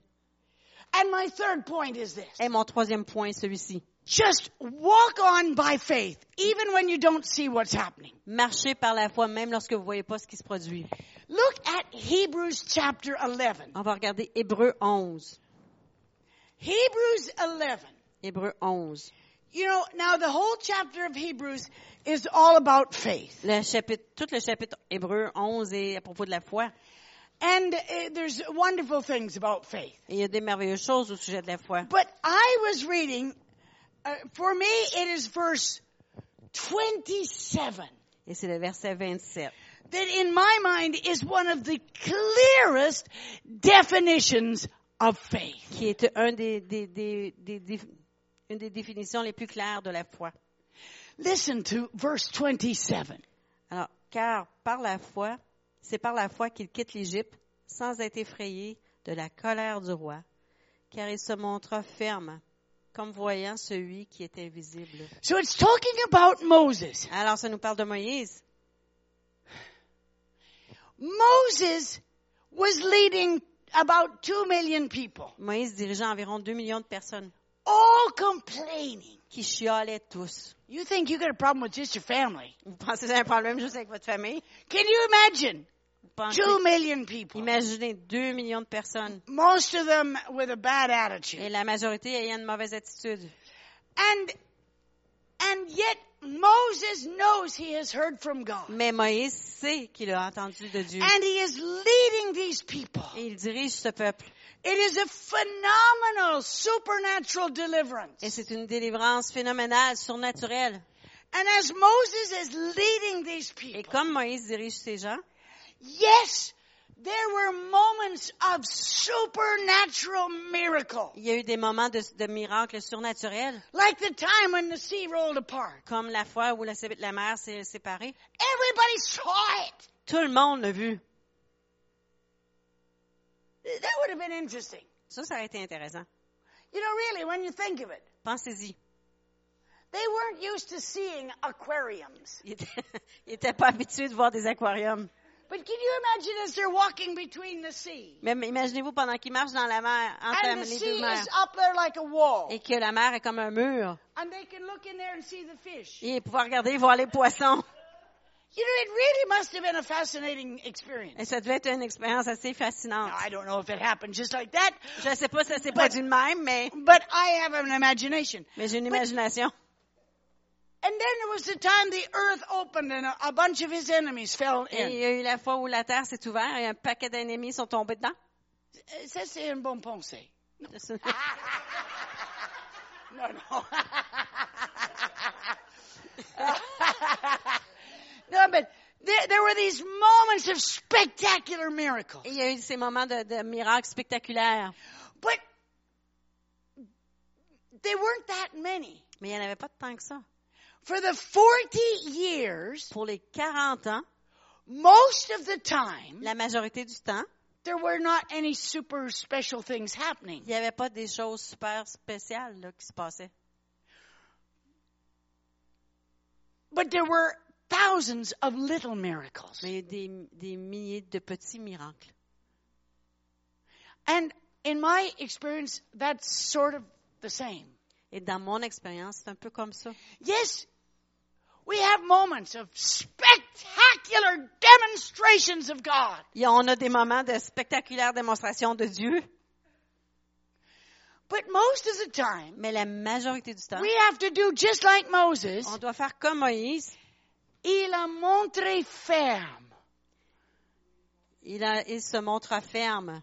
A: And my third point is this.
B: Et mon troisième point, est celui-ci.
A: Just walk on by faith, even when you don't see what's happening.
B: Marchez par la foi, même lorsque vous voyez pas ce qui se produit.
A: Look at Hebrews chapter 11.
B: On va regarder Hébreu 11.
A: Hebrews 11.
B: Hébreu 11.
A: You know, now the whole chapter of Hebrews is all about faith.
B: Le chapitre, tout le chapitre Hébreu 11 est à propos de la foi.
A: And uh, there's wonderful things about faith.
B: Et il y a des merveilleuses choses au sujet de la foi.
A: But I was reading, uh, for me it is verse 27
B: Et c'est le verset 27.
A: that in my mind is one of the clearest definitions of faith.
B: qui est un des, des- des- des- des- une des définitions les plus claires de la foi.
A: Listen to verse 27.
B: Alors, car par la foi, c'est par la foi qu'il quitte l'Égypte sans être effrayé de la colère du roi, car il se montra ferme, comme voyant celui qui est invisible.
A: So it's talking about Moses.
B: Alors, ça nous parle de Moïse.
A: Moses was leading about two million people,
B: Moïse dirigeait environ 2 millions de personnes
A: all complaining.
B: qui chialaient tous.
A: You think you got a problem with just your family?
B: Vous pensez que c'est un problème juste avec votre famille?
A: Can you imagine?
B: Vous pensez,
A: Two million people.
B: imaginez 2 millions de personnes
A: Most of them with a bad
B: et
A: attitude.
B: la majorité ayant une mauvaise attitude.
A: And, and yet Moses knows he has heard from God.
B: Mais Moïse Ah! sait qu'il a entendu de Dieu.
A: And he is leading these people.
B: Et il dirige ce peuple.
A: It is a phenomenal supernatural
B: Et
A: deliverance.
B: c'est une délivrance phénoménale, surnaturelle.
A: And as Moses is leading these
B: Et
A: people,
B: comme Moïse dirige ces gens,
A: yes, there were moments of supernatural miracle.
B: il y a eu des moments de, de miracles surnaturels,
A: Like the time when the sea rolled apart.
B: comme la fois où la, la mer s'est séparée.
A: Everybody saw it.
B: Tout le monde l'a vu.
A: That would have been interesting.
B: Ça, ça aurait été intéressant.
A: You know, really, when you think of it,
B: Pensez-y. (laughs)
A: they weren't used to seeing aquariums.
B: Il était, il était pas habitué de voir des aquariums.
A: But can you imagine as they're walking between the sea?
B: Même imaginez-vous pendant qu'il marche dans la mer,
A: And
B: entre
A: the
B: les
A: sea
B: deux mers,
A: is up there like a wall.
B: et que la mer est comme un mur,
A: And they can look in there and see the fish.
B: et pouvoir regarder, voir les poissons.
A: You know, it really must have been a fascinating experience.
B: Et ça devait être une expérience assez fascinante.
A: Now, I don't know if it happened just like that,
B: Je sais pas si ça s'est pas d'une même, mais,
A: but I have an imagination.
B: mais j'ai une imagination.
A: And then there was the time the earth opened and a, a bunch of his enemies fell
B: Et il
A: in.
B: y a eu la fois où la terre s'est ouverte et un paquet d'ennemis sont tombés dedans.
A: Euh, Ça, c'est une bonne pensée. No, no. (laughs) no, but there, there were these moments of spectacular miracles.
B: Et il y a eu ces moments de, de miracles spectaculaires,
A: But they weren't that many.
B: mais il n'y en avait pas tant que ça.
A: For the 40 years,
B: Pour les 40 ans,
A: most of the time,
B: la majorité du temps,
A: there were not any super special things happening.
B: il n'y avait pas des choses super spéciales là, qui se passaient.
A: But there were thousands of little miracles.
B: Mais il y a eu des, des milliers de petits miracles.
A: And in my experience, that's sort of the same.
B: Et dans mon expérience, c'est un peu comme ça.
A: Yes, we have moments of spectacular demonstrations of God.
B: Et on a des moments de spectaculaires démonstrations de Dieu,
A: But most of the time,
B: mais la majorité du temps,
A: we have to do just like Moses.
B: on doit faire comme Moïse.
A: Il a montré ferme.
B: Il, a- il se montra ferme,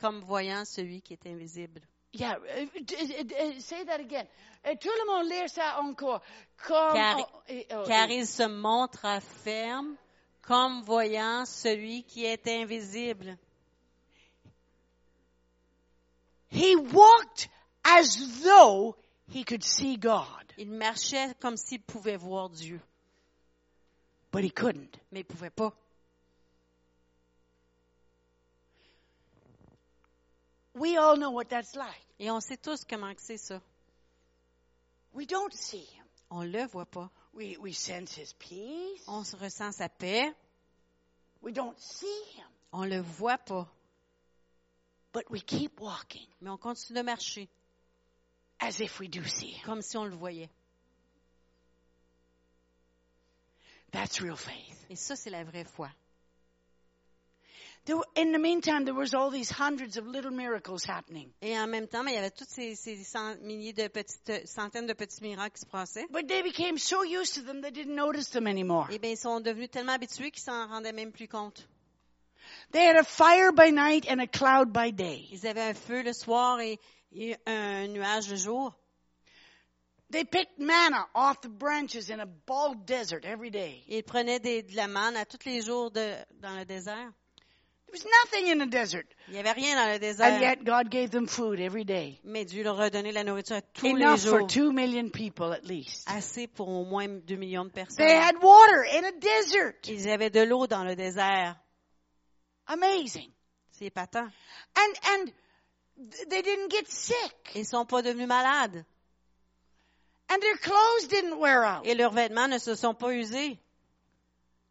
B: comme voyant celui qui est invisible.
A: Yeah, euh, d- d- d- say that again. Euh, Tout le monde lire ça encore. Comme
B: Car-
A: oh, eh, oh,
B: Car
A: eh.
B: il se montra ferme, comme voyant celui qui est invisible.
A: he walked as though he could see God,
B: Il marchait comme s'il pouvait voir Dieu,
A: but he couldn't.
B: mais il pouvait pas.
A: We all know what that's like.
B: Et on sait tous comment que c'est ça.
A: We don't see him.
B: On le voit pas.
A: We we sense his peace.
B: On se ressent sa paix.
A: We don't see him,
B: On le voit pas,
A: but we keep walking
B: mais on continue de marcher
A: as if we do see him.
B: comme si on le voyait.
A: That's real faith.
B: Et ça, c'est la vraie foi.
A: There were- in the meantime, there was all these hundreds of little miracles happening.
B: Et en même temps, mais il y avait toutes ces, ces cent- milliers de petites, centaines de petits miracles qui se passaient.
A: But they became so used to them, they didn't notice them anymore.
B: Eh bien, ils sont devenus tellement habitués qu'ils s'en rendaient même plus compte.
A: They had a fire by night and a cloud by day.
B: Ils avaient un feu le soir et, et un nuage le jour.
A: They picked manna off the branches in a bald desert every day.
B: Ils prenaient des, de la manne à tous les jours de, dans le désert.
A: There was nothing in the desert,
B: Il n'y avait rien dans le
A: and
B: désert.
A: yet God gave them food every day.
B: Mais Dieu leur a donné la nourriture à tous les
A: Enough for
B: jours.
A: two million people at least.
B: Assez pour au moins 2 millions de personnes.
A: They had water in a desert.
B: Ils avaient de l'eau dans le désert.
A: Amazing.
B: C'est épatant.
A: And, and th- they didn't get sick.
B: Ils sont pas devenus malades.
A: And their clothes didn't wear out.
B: Et leurs vêtements ne se sont pas usés.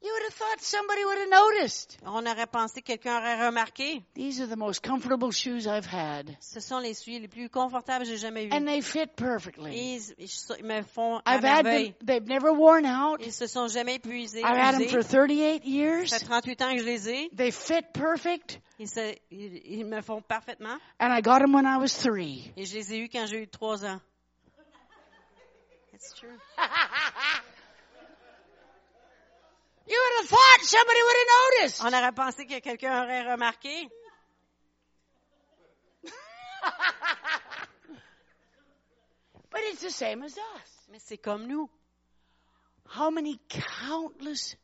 A: You would have thought somebody would have noticed.
B: On aurait pensé que quelqu'un aurait remarqué.
A: These are the most comfortable shoes I've had.
B: Ce sont les souliers les plus confortables que j'ai jamais
A: And
B: eus.
A: they fit perfectly.
B: Ils, ils sont- ils me font à
A: I've had
B: merveille.
A: them, they've never worn out.
B: Ils se sont jamais épuisés.
A: I've had them
B: usés.
A: for 38
B: Ça
A: years.
B: fait 38 ans que je les ai.
A: They fit perfect.
B: Ils, se- ils- ils me font parfaitement.
A: And I got them when I was three.
B: (laughs) Et je les ai eus quand j'ai eu 3 ans. That's true.
A: You would have thought somebody would have noticed.
B: On aurait pensé que quelqu'un aurait remarqué.
A: (laughs) But it's the same as us.
B: Mais c'est comme nous.
A: How many countless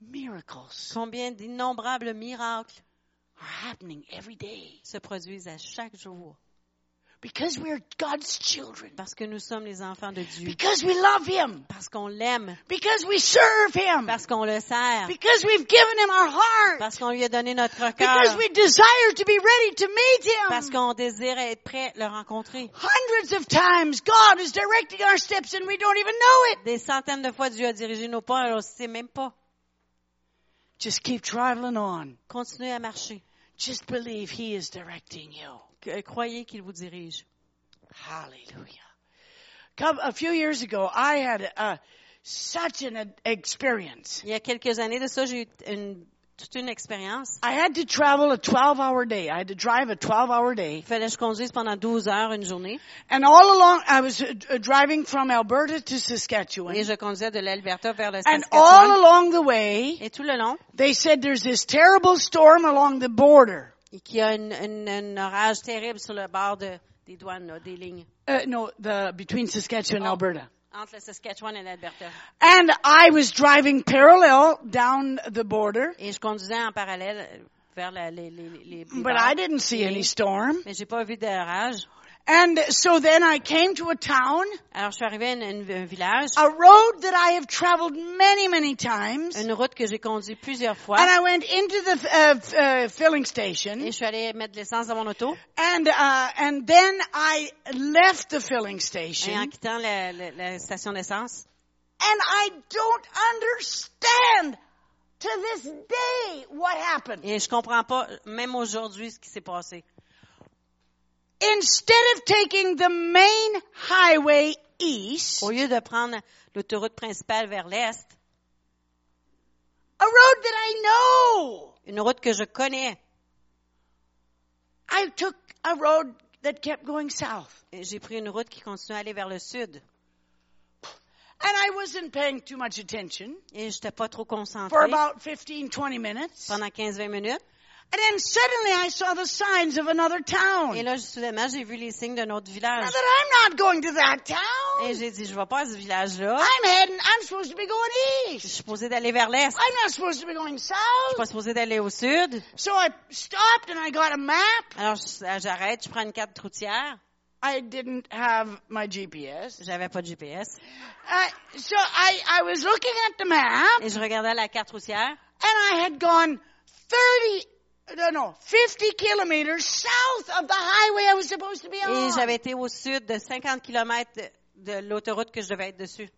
A: miracles
B: Combien d'innombrables miracles
A: are happening every day
B: se produisent à chaque jour.
A: because we're God's children,
B: Parce que nous sommes les enfants de Dieu.
A: because we love Him,
B: Parce qu'on l'aime.
A: because we serve Him,
B: Parce qu'on le sert.
A: because we've given Him our heart,
B: Parce qu'on lui a donné notre
A: because
B: cœur.
A: we desire to be ready to meet
B: Parce
A: Him.
B: qu'on désire être prêt à le rencontrer.
A: Hundreds of times God is directing our steps and we don't even know it.
B: Des centaines de fois, Dieu a dirigé nos pas, alors on ne sait même pas.
A: Just keep traveling on.
B: Continuez à marcher.
A: Just believe He is directing you.
B: Que- Croyez qu'il vous dirige.
A: Hallelujah. Come, a few years ago, I had uh, such an ad- experience.
B: Il y a quelques années de ça, j'ai eu une- toute une expérience.
A: I had to travel a 12 hour day. I had to drive a 12 hour day.
B: Il fallait que je conduise pendant 12 heures une journée
A: And all along, I was uh, d- uh, driving from Alberta to Saskatchewan.
B: et je conduisais de l'Alberta vers le
A: And all
B: Saskatchewan.
A: along the way,
B: Et tout le long,
A: they said there's this terrible storm along the border.
B: il y a une, une- un orage terrible sur le bord de- des douanes, là, des lignes,
A: Uh, no, the, between Saskatchewan and
B: Oh.
A: Alberta.
B: entre le Saskatchewan et l'Alberta.
A: And I was driving parallel down the border,
B: Et je conduisais en parallèle vers la- les, les, les, les
A: but
B: bords.
A: I didn't see any storm.
B: Mais j'ai pas vu d'orage.
A: And so then I came to a town
B: Alors je suis arrivée à une- une- un village,
A: a road that I have traveled many, many times. And
B: une route que j'ai conduite plusieurs fois.
A: I went into the uh, f- uh, filling
B: Et
A: station,
B: je suis allée mettre de l'essence dans mon auto.
A: and uh, and then I left the filling station,
B: Et en
A: and
B: quittant la, la- la station d'essence,
A: I don't understand to this day what happened.
B: et je comprends pas, même aujourd'hui, ce qui s'est passé.
A: Instead of taking the main highway east,
B: Au lieu de prendre l'autoroute principale vers l'est,
A: a road that I know,
B: une route que je connais,
A: I took a road that kept going south,
B: et j'ai pris une route qui continue à aller vers le sud.
A: and I wasn't paying too much attention
B: Et j'étais pas trop
A: for
B: concentrée
A: about 15, 20 minutes.
B: pendant 15-20 minutes.
A: And then suddenly I saw the signs of another town.
B: Et
A: Now
B: là, soudainement, j'ai vu les signes d'un autre village.
A: that I'm not going to that town.
B: Et j'ai dit, je vais pas à ce village-là.
A: I'm heading, I'm supposed to be going
B: Je
A: east.
B: suis supposée d'aller vers l'est. Je
A: I'm not supposed to be going
B: suis
A: south.
B: pas supposée d'aller au sud.
A: So I stopped and I got a map.
B: Alors, je- euh, j'arrête, je prends une carte routière.
A: I didn't have my GPS.
B: J'avais pas de GPS.
A: Uh, so I, I was looking at the map and
B: Et je regardais la carte routière.
A: I had gone 30, no, no, 50 kilometers south of the highway I was supposed to be
B: Et
A: on.
B: j'avais été au sud de 50 kilomètres de, de l'autoroute que je devais être dessus.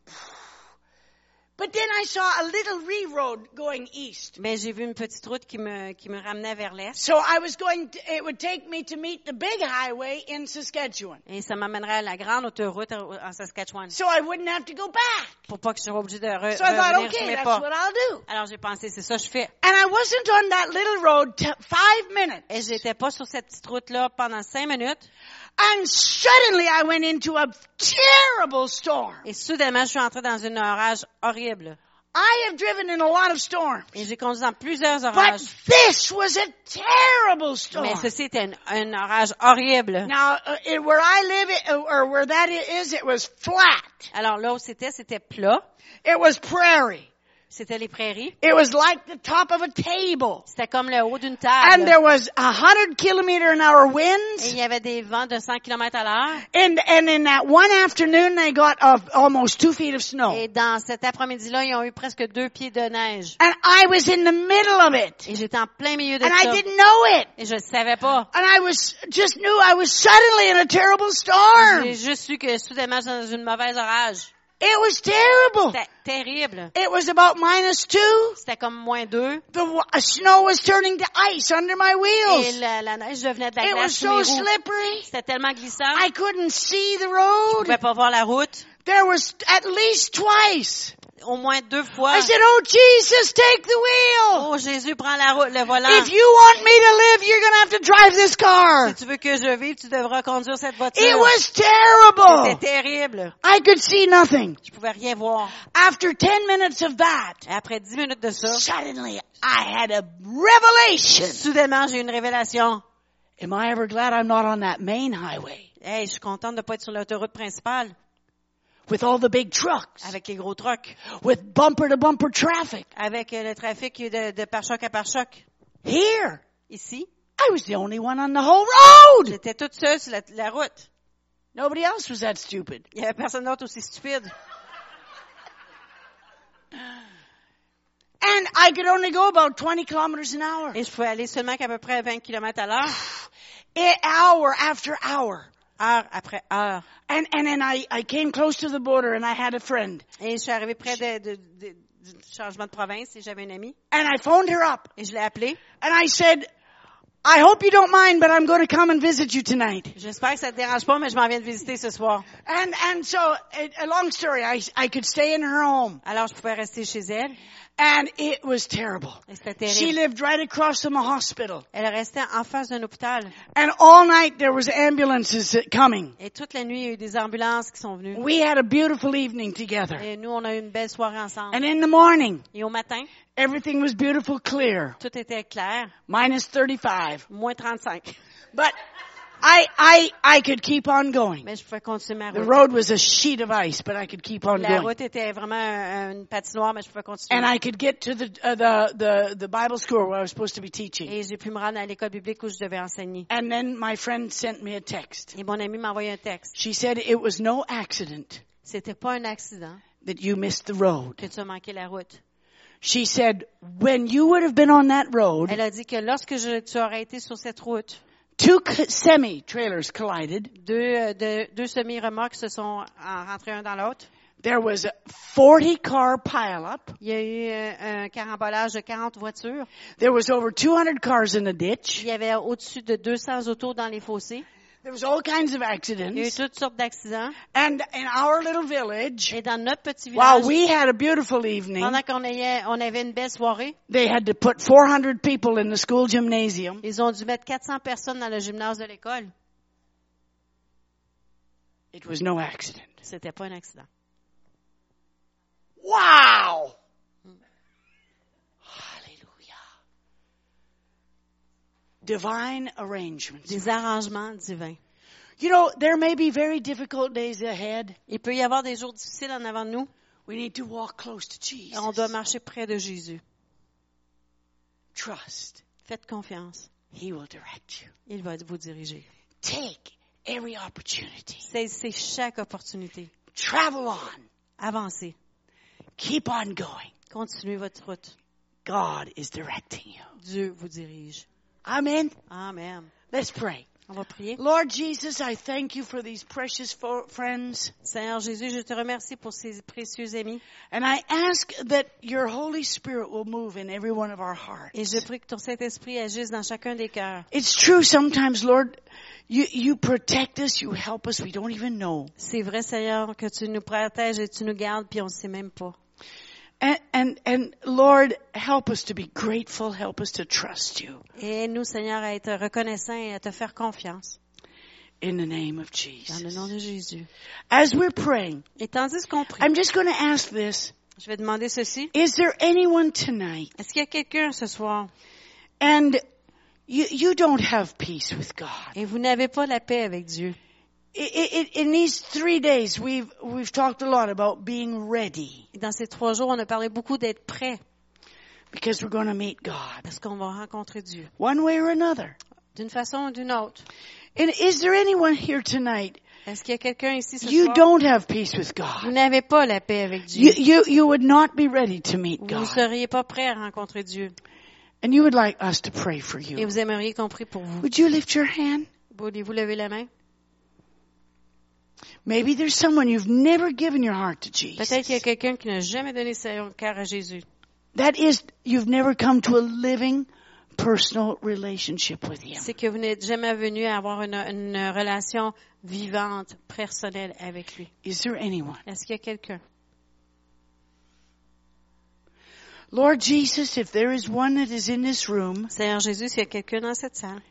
A: But then I saw a little reroad going east.
B: Mais j'ai vu une petite route qui me, qui me ramenait vers l'est.
A: So I was going, to, it would take me to meet the big highway in Saskatchewan.
B: Et ça m'amènerait à la grande autoroute en en Saskatchewan.
A: So I wouldn't have to go back.
B: Pour pas que je sois obligée de re-
A: So I thought,
B: revenir sur
A: okay,
B: mes
A: that's
B: pas.
A: what I'll do.
B: Alors j'ai pensé, c'est ça que je fais.
A: And I wasn't on that little road t- five
B: Et
A: minutes.
B: j'étais pas sur cette petite route-là pendant cinq minutes.
A: And suddenly I went into a terrible storm.
B: Et soudainement, je suis entrée dans un orage horrible.
A: I have driven in a lot of storms.
B: Et j'ai conduit dans plusieurs
A: But
B: orages.
A: this was a terrible storm.
B: Mais ceci était un, un orage horrible.
A: Now, uh, it, where I live, it, uh, or where that i- is, it was flat.
B: Alors là où c'était, c'était plat.
A: It was prairie.
B: C'était les prairies.
A: It was like the top of a table.
B: C'était comme le haut d'une
A: And
B: table.
A: there was a hundred kilometer an hour
B: Et il
A: winds.
B: y avait des vents de 100 km à l'heure.
A: And, and in that one afternoon, they got uh, almost two feet of snow.
B: Et dans cet après-midi-là, ils ont eu presque deux pieds de neige.
A: And I was in the middle of it.
B: Et j'étais en plein milieu de
A: And I
B: ça.
A: didn't know it.
B: Et je ne savais pas.
A: And I was, just knew I was suddenly in a terrible
B: J'ai
A: storm.
B: juste su que soudainement, j'étais dans une mauvaise orage.
A: It was terrible.
B: C'était terrible.
A: It was about minus two.
B: C'était comme moins deux.
A: The wa- uh, snow was turning to ice under my
B: Et
A: wheels.
B: la, la neige devenait de la
A: It
B: glace
A: was
B: sous mes
A: so
B: roues.
A: slippery.
B: C'était tellement glissant.
A: I couldn't see the
B: Je pouvais
A: road.
B: pas voir la route.
A: There was at least twice.
B: Au moins deux fois.
A: I said, Oh Jesus, take the wheel.
B: Oh, Jésus, prends la route, le
A: If
B: volant.
A: you want me to live, you're going to have to drive this car.
B: Si tu veux que je vive, tu devras conduire cette voiture.
A: It was
B: C'était
A: terrible.
B: terrible.
A: I could see nothing.
B: Je pouvais rien voir.
A: After 10 minutes of that,
B: Et après dix minutes de ça,
A: suddenly I had a revelation.
B: soudainement, j'ai eu une révélation.
A: Am I ever glad I'm not on that main highway
B: Hey, je suis contente de pas être sur l'autoroute principale
A: with all the big trucks,
B: avec les gros trucks,
A: with bumper to bumper traffic?
B: avec euh, le trafic de, de pare-choc à pare-choc.
A: Here,
B: Ici,
A: I was the only one on the whole road.
B: j'étais toute seule sur la, la route.
A: Nobody else was that stupid.
B: Il y avait personne d'autre aussi stupide.
A: And I could only go about 20 kilometers an hour.
B: Et je pouvais aller seulement qu'à peu près 20 km à l'heure,
A: Eh, hour after hour.
B: heure après heure.
A: And, and then I, I came close to the border and I had a friend.
B: Et je suis arrivée près de- de- de- du changement de province et j'avais une amie.
A: And I phoned her up
B: Et je l'ai appelée.
A: and I said, I hope you don't mind, but I'm going to come and visit you tonight.
B: J'espère que ça te dérange pas, mais je m'en viens de visiter ce soir.
A: And, and so, a, a long story, I, I could stay in her home
B: Alors, je pouvais rester chez elle.
A: and it was terrible.
B: Et c'était
A: She
B: terrible.
A: lived right across from a hospital.
B: Elle restait en face d'un hôpital.
A: And all night there was ambulances that- coming.
B: Et toute la nuit, il y a eu des ambulances qui sont venues.
A: We had a beautiful evening together.
B: Et nous, on a eu une belle soirée ensemble.
A: And in the morning,
B: Et au matin,
A: everything was beautiful clear,
B: tout était clair.
A: minus 35.
B: Moins 35.
A: But I, I, I could keep on going.
B: Mais je pouvais continuer ma
A: The
B: route.
A: road was a sheet of ice, but I could keep on
B: La
A: going.
B: route était vraiment un- une patinoire, mais je pouvais continuer.
A: And I could get to the, uh, the, the, the Bible school where I was supposed to be teaching.
B: Et j'ai pu me rendre à l'école biblique où je devais enseigner.
A: And then my friend sent me a text.
B: Et mon ami m'a envoyé un texte.
A: She said it was no accident
B: C'était pas un accident
A: that you missed the road.
B: que tu as manqué la route.
A: She said, when you would have been on that road,
B: Elle a dit que lorsque je- tu aurais été sur cette route,
A: Two c- semi-trailers collided.
B: deux, euh, deux, deux semi-remorques se sont en- rentrés un dans l'autre.
A: There was a 40 car pileup.
B: Il y a eu euh, un carambolage de 40 voitures.
A: There was over 200 cars in a ditch.
B: Il y avait au-dessus de 200 autos dans les fossés.
A: There was all kinds of
B: Il y a eu
A: accidents.
B: toutes sortes d'accidents.
A: And in our little village,
B: Et dans notre petit
A: while
B: village,
A: we had a beautiful evening,
B: pendant qu'on ayait- on avait une belle soirée,
A: they had to put 400 people in the school gymnasium.
B: ils ont dû mettre 400 personnes dans le gymnase de l'école.
A: It was no accident.
B: C'était pas un accident.
A: Wow! Hallelujah. Divine arrangements.
B: Des arrangements divins.
A: You know, there may be very difficult days ahead.
B: Il peut y avoir des jours difficiles en avant de nous.
A: We need to walk close to
B: Et on doit
A: Jesus.
B: marcher près de Jésus.
A: Trust.
B: Faites confiance.
A: He will direct you.
B: Il va vous diriger.
A: Take every opportunity.
B: Saisissez chaque opportunité.
A: Travel on.
B: Avancez.
A: Keep on going.
B: Continuez votre route.
A: God is directing you.
B: Dieu vous dirige.
A: Amen.
B: Amen.
A: Let's pray.
B: On va prier.
A: Lord Jesus, I thank you for these precious fo- friends.
B: Seigneur Jésus, je te remercie pour ces précieux amis
A: And I ask that your Holy Spirit will move in every one of our hearts.
B: et je prie que ton Saint-Esprit agisse dans chacun des cœurs.
A: It's true sometimes, Lord, you, you protect us, you help us, we don't even know.
B: C'est vrai, Seigneur, que tu nous protèges et tu nous gardes, puis on ne sait même pas.
A: And, and, and Lord, help us to be grateful, help us to trust you.
B: Et nous, Seigneur, à être reconnaissants et à te faire confiance.
A: In the name of
B: Dans le
A: Jesus.
B: nom de Jésus.
A: As we're praying,
B: Et tandis qu'on prie,
A: I'm just going to ask this.
B: je vais demander ceci.
A: Is there anyone tonight
B: Est-ce qu'il y a quelqu'un ce soir
A: and you, you don't have peace with God?
B: et vous n'avez pas la paix avec Dieu?
A: I- I- I- in these three days, we've, we've talked a lot about being ready
B: Et dans ces trois jours, on a parlé beaucoup d'être prêt
A: because we're going to meet God
B: parce qu'on va rencontrer Dieu.
A: one way or another.
B: D'une façon ou d'une autre.
A: And is there anyone here tonight?
B: Est-ce qu'il y a quelqu'un ici ce
A: You
B: soir?
A: don't have peace with
B: Vous
A: God.
B: n'avez pas la paix avec
A: You,
B: Dieu.
A: you, you would not be ready to meet
B: Vous ne
A: God.
B: seriez pas prêt à rencontrer Dieu.
A: And you would like us to pray for
B: Et
A: you.
B: vous aimeriez qu'on prie pour vous.
A: Would you lift your hand?
B: Voulez-vous lever la main?
A: Maybe there's someone you've never given your heart to
B: Peut-être qu'il y a
A: Jesus.
B: quelqu'un qui n'a jamais donné son cœur à Jésus.
A: That is, you've never come to a living, personal relationship with Him.
B: C'est que vous n'êtes jamais venu à avoir une, une relation vivante, personnelle avec lui.
A: Is there anyone?
B: Est-ce qu'il y a quelqu'un?
A: Lord Jesus, if there is one that is in this room
B: Seigneur Jésus, s'il y a quelqu'un dans cette salle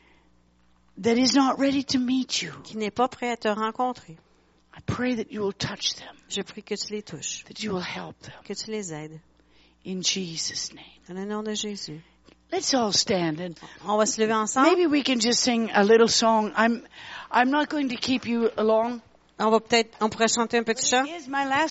A: that is not ready to meet you,
B: qui n'est pas prêt à te rencontrer,
A: I pray that you will touch them,
B: je prie que tu les touches,
A: that you will help them.
B: que tu les aides.
A: In Jesus' name.
B: Dans le nom de Jésus.
A: Let's all stand and
B: On va se lever ensemble.
A: maybe we can just sing a little song. I'm, I'm not going to keep you along.
B: On va peut-être, on pourrait chanter un petit chant.
A: Here's my last